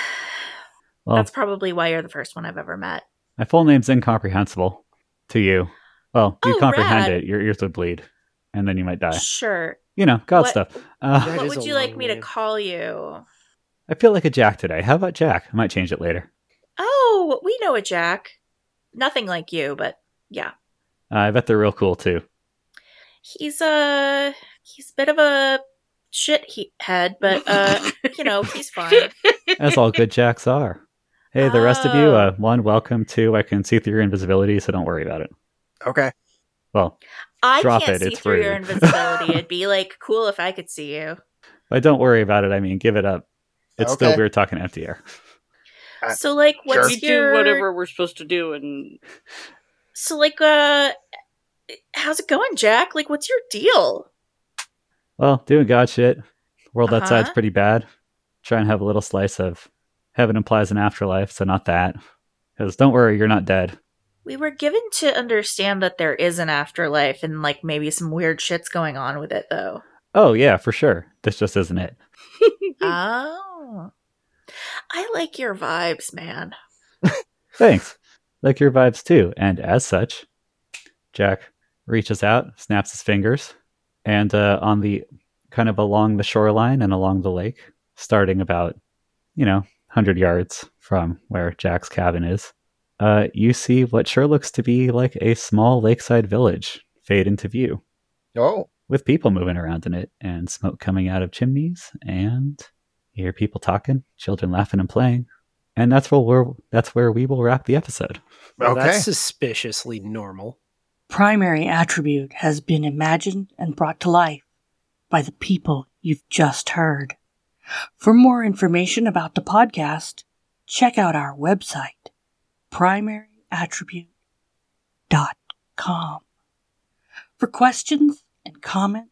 [SPEAKER 1] Well,
[SPEAKER 3] That's probably why you're the first one I've ever met.
[SPEAKER 1] my full name's incomprehensible to you. Well, you
[SPEAKER 3] Oh,
[SPEAKER 1] comprehend
[SPEAKER 3] rad.
[SPEAKER 1] it. Your ears would bleed, and then you might die.
[SPEAKER 3] Sure.
[SPEAKER 1] You know, God
[SPEAKER 3] What-
[SPEAKER 1] stuff. Uh,
[SPEAKER 2] That
[SPEAKER 3] what
[SPEAKER 2] is
[SPEAKER 3] would
[SPEAKER 2] a
[SPEAKER 3] you like
[SPEAKER 2] long
[SPEAKER 3] me to
[SPEAKER 2] name.
[SPEAKER 3] call you?
[SPEAKER 1] I feel like a Jack today. How about Jack? I might change it later.
[SPEAKER 3] Oh, we know a Jack. Nothing like you, but yeah.
[SPEAKER 1] Uh, I bet they're real cool too.
[SPEAKER 3] He's a he's a bit of a shit he- head, but uh, you know, he's fine.
[SPEAKER 1] as all good jacks are. Hey, the rest of you,
[SPEAKER 3] Oh.
[SPEAKER 1] uh, one, welcome. Two, I can see through your invisibility, so don't worry about it.
[SPEAKER 5] Okay.
[SPEAKER 1] Well,
[SPEAKER 3] I
[SPEAKER 1] Drop
[SPEAKER 3] can't
[SPEAKER 1] it,
[SPEAKER 3] see
[SPEAKER 1] it's
[SPEAKER 3] through your
[SPEAKER 1] rude.
[SPEAKER 3] invisibility. It'd be like cool if I could see you.
[SPEAKER 1] by don't worry about it, I mean give it up. It's still
[SPEAKER 5] Okay.
[SPEAKER 1] we were talking empty air.
[SPEAKER 5] Uh,
[SPEAKER 3] So like what's
[SPEAKER 4] we
[SPEAKER 3] your
[SPEAKER 4] do whatever we're supposed to do, and
[SPEAKER 3] So like uh how's it going, Jack? Like what's your deal?
[SPEAKER 1] Well, doing god shit. World
[SPEAKER 3] Uh-huh.
[SPEAKER 1] outside's pretty bad. Try and have a little slice of heaven implies an afterlife, so not that. Because don't worry, you're not dead.
[SPEAKER 3] We were given to understand that there is an afterlife and like maybe some weird shit's going on with it though.
[SPEAKER 1] Oh yeah, for sure. This just isn't it.
[SPEAKER 3] oh. I like your vibes, man.
[SPEAKER 1] Thanks. Like your vibes too. And as such, Jack reaches out, snaps his fingers, and uh, on the kind of along the shoreline and along the lake, starting about, you know, 100 yards from where Jack's cabin is, uh, you see what sure looks to be like a small lakeside village fade into view
[SPEAKER 5] Oh,
[SPEAKER 1] with people moving around in it and smoke coming out of chimneys and you hear people talking, children laughing and playing. And that's where we're, that's where we will wrap the episode.
[SPEAKER 2] Well,
[SPEAKER 5] Okay.
[SPEAKER 2] That's suspiciously normal.
[SPEAKER 6] primary attribute has been imagined and brought to life by the people you've just heard. For more information about the podcast, check out our website, primaryattribute.com. For questions and comments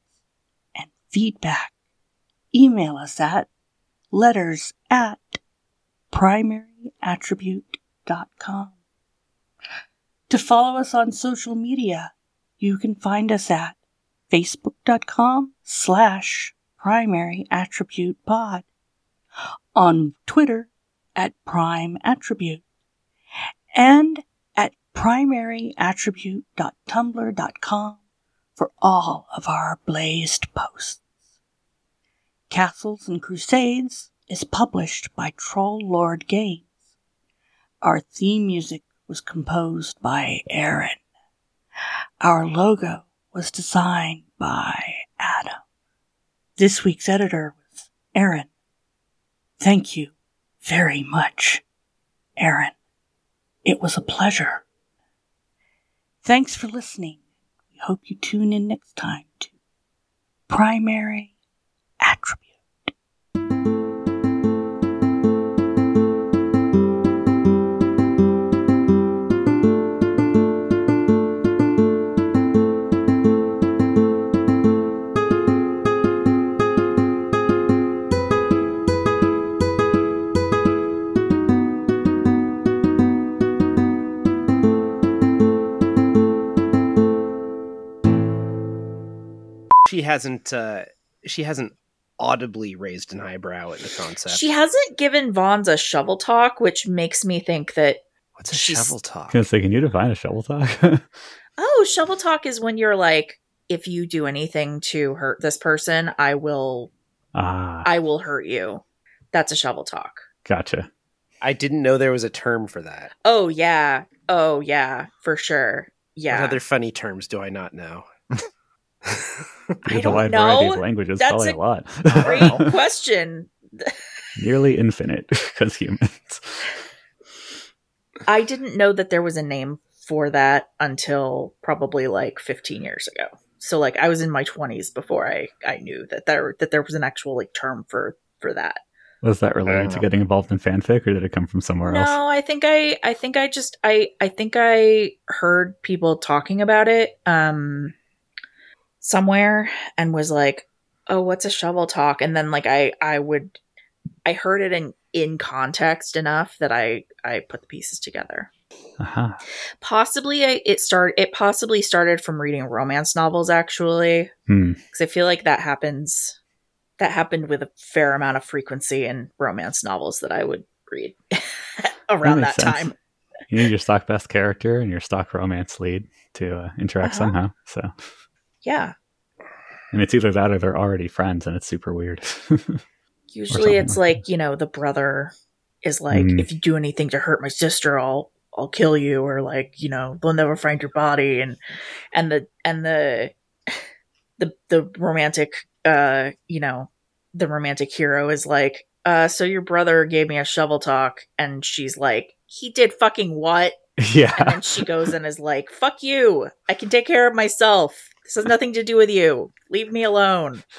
[SPEAKER 6] and feedback, email us at letters at primaryattribute.com. To follow us on social media, you can find us at facebook.com slash primary attribute pod, on Twitter at prime attribute, and at primaryattribute.tumblr.com for all of our blazed posts. Castles and Crusades is published by Troll Lord Games. Our theme music was composed by Aaron. Our logo was designed by Adam. This week's editor was Aaron. Thank you very much, Aaron. It was a pleasure. Thanks for listening. We hope you tune in next time to Primary Attribute.
[SPEAKER 2] She hasn't. Uh, she hasn't audibly raised an eyebrow at the concept.
[SPEAKER 3] She hasn't given Vaughn's a shovel talk, which makes me think that
[SPEAKER 2] What's a
[SPEAKER 3] she's-
[SPEAKER 2] shovel talk?
[SPEAKER 1] Can say, can you define a shovel talk?
[SPEAKER 3] oh, shovel talk is when you're like, if you do anything to hurt this person, I will
[SPEAKER 1] ah,
[SPEAKER 3] I will hurt you. That's a shovel talk.
[SPEAKER 1] gotcha.
[SPEAKER 2] I didn't know there was a term for that.
[SPEAKER 3] Oh yeah. Oh yeah, for sure.
[SPEAKER 2] What
[SPEAKER 3] Yeah.
[SPEAKER 2] other funny terms do I not know?
[SPEAKER 3] I
[SPEAKER 1] There's a
[SPEAKER 3] don't
[SPEAKER 1] wide variety of
[SPEAKER 3] know.
[SPEAKER 1] languages,
[SPEAKER 3] That's
[SPEAKER 1] probably
[SPEAKER 3] a
[SPEAKER 1] a, lot.
[SPEAKER 3] Great question.
[SPEAKER 1] Nearly infinite, because humans.
[SPEAKER 3] I didn't know that there was a name for that until probably like 15 years ago. So like I was in my 20s before I I knew that there that there was an actual like term for for that.
[SPEAKER 1] Was that
[SPEAKER 5] I
[SPEAKER 1] related
[SPEAKER 5] don't
[SPEAKER 1] to
[SPEAKER 5] know.
[SPEAKER 1] getting involved in fanfic, or did it come from somewhere else?
[SPEAKER 3] No, I think I I think I just I I think I heard people talking about it um somewhere and was like, "Oh, what's a shovel talk?" And then like I I would I heard it in in context enough that I I put the pieces together.
[SPEAKER 1] Uh-huh.
[SPEAKER 3] Possibly I, it start it possibly started from reading romance novels actually
[SPEAKER 1] Hmm.
[SPEAKER 3] cuz I feel like that happens that happened with a fair amount of frequency in romance novels that I would read around
[SPEAKER 1] makes
[SPEAKER 3] that,
[SPEAKER 1] sense.
[SPEAKER 3] time.
[SPEAKER 1] You need your stock best character and your stock romance lead to uh, interact
[SPEAKER 3] Uh-huh.
[SPEAKER 1] somehow. So,
[SPEAKER 3] Yeah.
[SPEAKER 1] and it's either that or they're already friends, and it's super weird.
[SPEAKER 3] Usually it's
[SPEAKER 1] something like
[SPEAKER 3] like, you know, the brother is like,
[SPEAKER 1] Mm.
[SPEAKER 3] if you do anything to hurt my sister, I'll I'll kill you or like, you know, they'll never find your body and and the and the the the romantic uh, you know, the romantic hero is like, uh, so your brother gave me a shovel talk and she's like, he did fucking what? And
[SPEAKER 1] yeah,
[SPEAKER 3] then she goes and is like, fuck you. I can take care of myself. This has nothing to do with you. Leave me alone.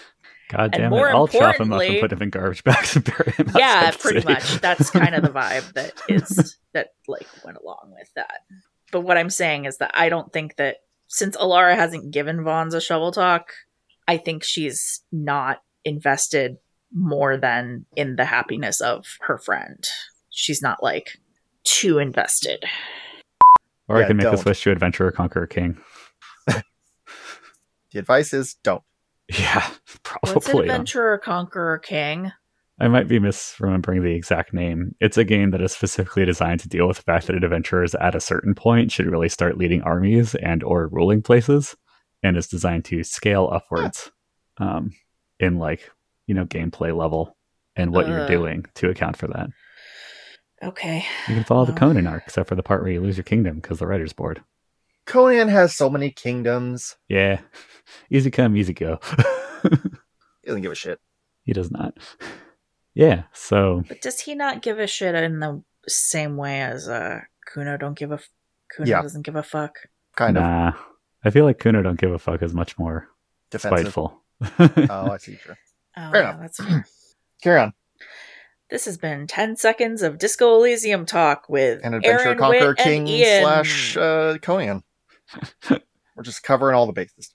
[SPEAKER 1] god
[SPEAKER 3] and
[SPEAKER 1] damn it!
[SPEAKER 3] more
[SPEAKER 1] I'll chop him up and
[SPEAKER 3] importantly-
[SPEAKER 1] put him in garbage bags and bury him.
[SPEAKER 3] yeah,
[SPEAKER 1] outside the
[SPEAKER 3] pretty
[SPEAKER 1] city.
[SPEAKER 3] much. That's kind of the vibe that is that like went along with that. But what I'm saying is that I don't think that since Alara hasn't given Vons a shovel talk, I think she's not invested more than in the happiness of her friend. She's not like too invested.
[SPEAKER 1] Or I
[SPEAKER 5] Yeah,
[SPEAKER 1] can make a
[SPEAKER 5] don't.
[SPEAKER 1] switch to Adventurer Conqueror King.
[SPEAKER 5] The advice is don't.
[SPEAKER 1] Yeah,
[SPEAKER 3] What's an
[SPEAKER 1] probably. um,
[SPEAKER 3] adventurer, conqueror, king?
[SPEAKER 1] I might be misremembering the exact name. It's a game that is specifically designed to deal with the fact that adventurers at a certain point should really start leading armies and or ruling places, and is designed to scale upwards um, in like you know gameplay level and what you're
[SPEAKER 3] Ugh.
[SPEAKER 1] doing to account for that.
[SPEAKER 3] Okay.
[SPEAKER 1] You can follow the
[SPEAKER 3] Wow.
[SPEAKER 1] Conan arc except for the part where you lose your kingdom because the writer's bored.
[SPEAKER 5] Conan has so many kingdoms.
[SPEAKER 1] Yeah, easy come, easy go.
[SPEAKER 5] He doesn't give a shit.
[SPEAKER 1] he does not. Yeah, so
[SPEAKER 3] But does he not give a shit in the same way as uh Kuno don't give a f- Kuno
[SPEAKER 5] Yeah.
[SPEAKER 3] doesn't give a fuck?
[SPEAKER 5] Kind of
[SPEAKER 1] nah, I feel like Kuno don't give a fuck is much more
[SPEAKER 5] defensive.
[SPEAKER 1] spiteful.
[SPEAKER 5] Oh, I see. Sure.
[SPEAKER 3] Oh,
[SPEAKER 5] Fair
[SPEAKER 3] yeah,
[SPEAKER 5] enough.
[SPEAKER 3] that's fair.
[SPEAKER 5] Carry on.
[SPEAKER 3] This has been 10 seconds of Disco Elysium talk with
[SPEAKER 5] An adventure
[SPEAKER 3] Aaron
[SPEAKER 5] conquer
[SPEAKER 3] Witt and
[SPEAKER 5] king
[SPEAKER 3] Ian.
[SPEAKER 5] slash uh, Conan. We're just covering all the bases.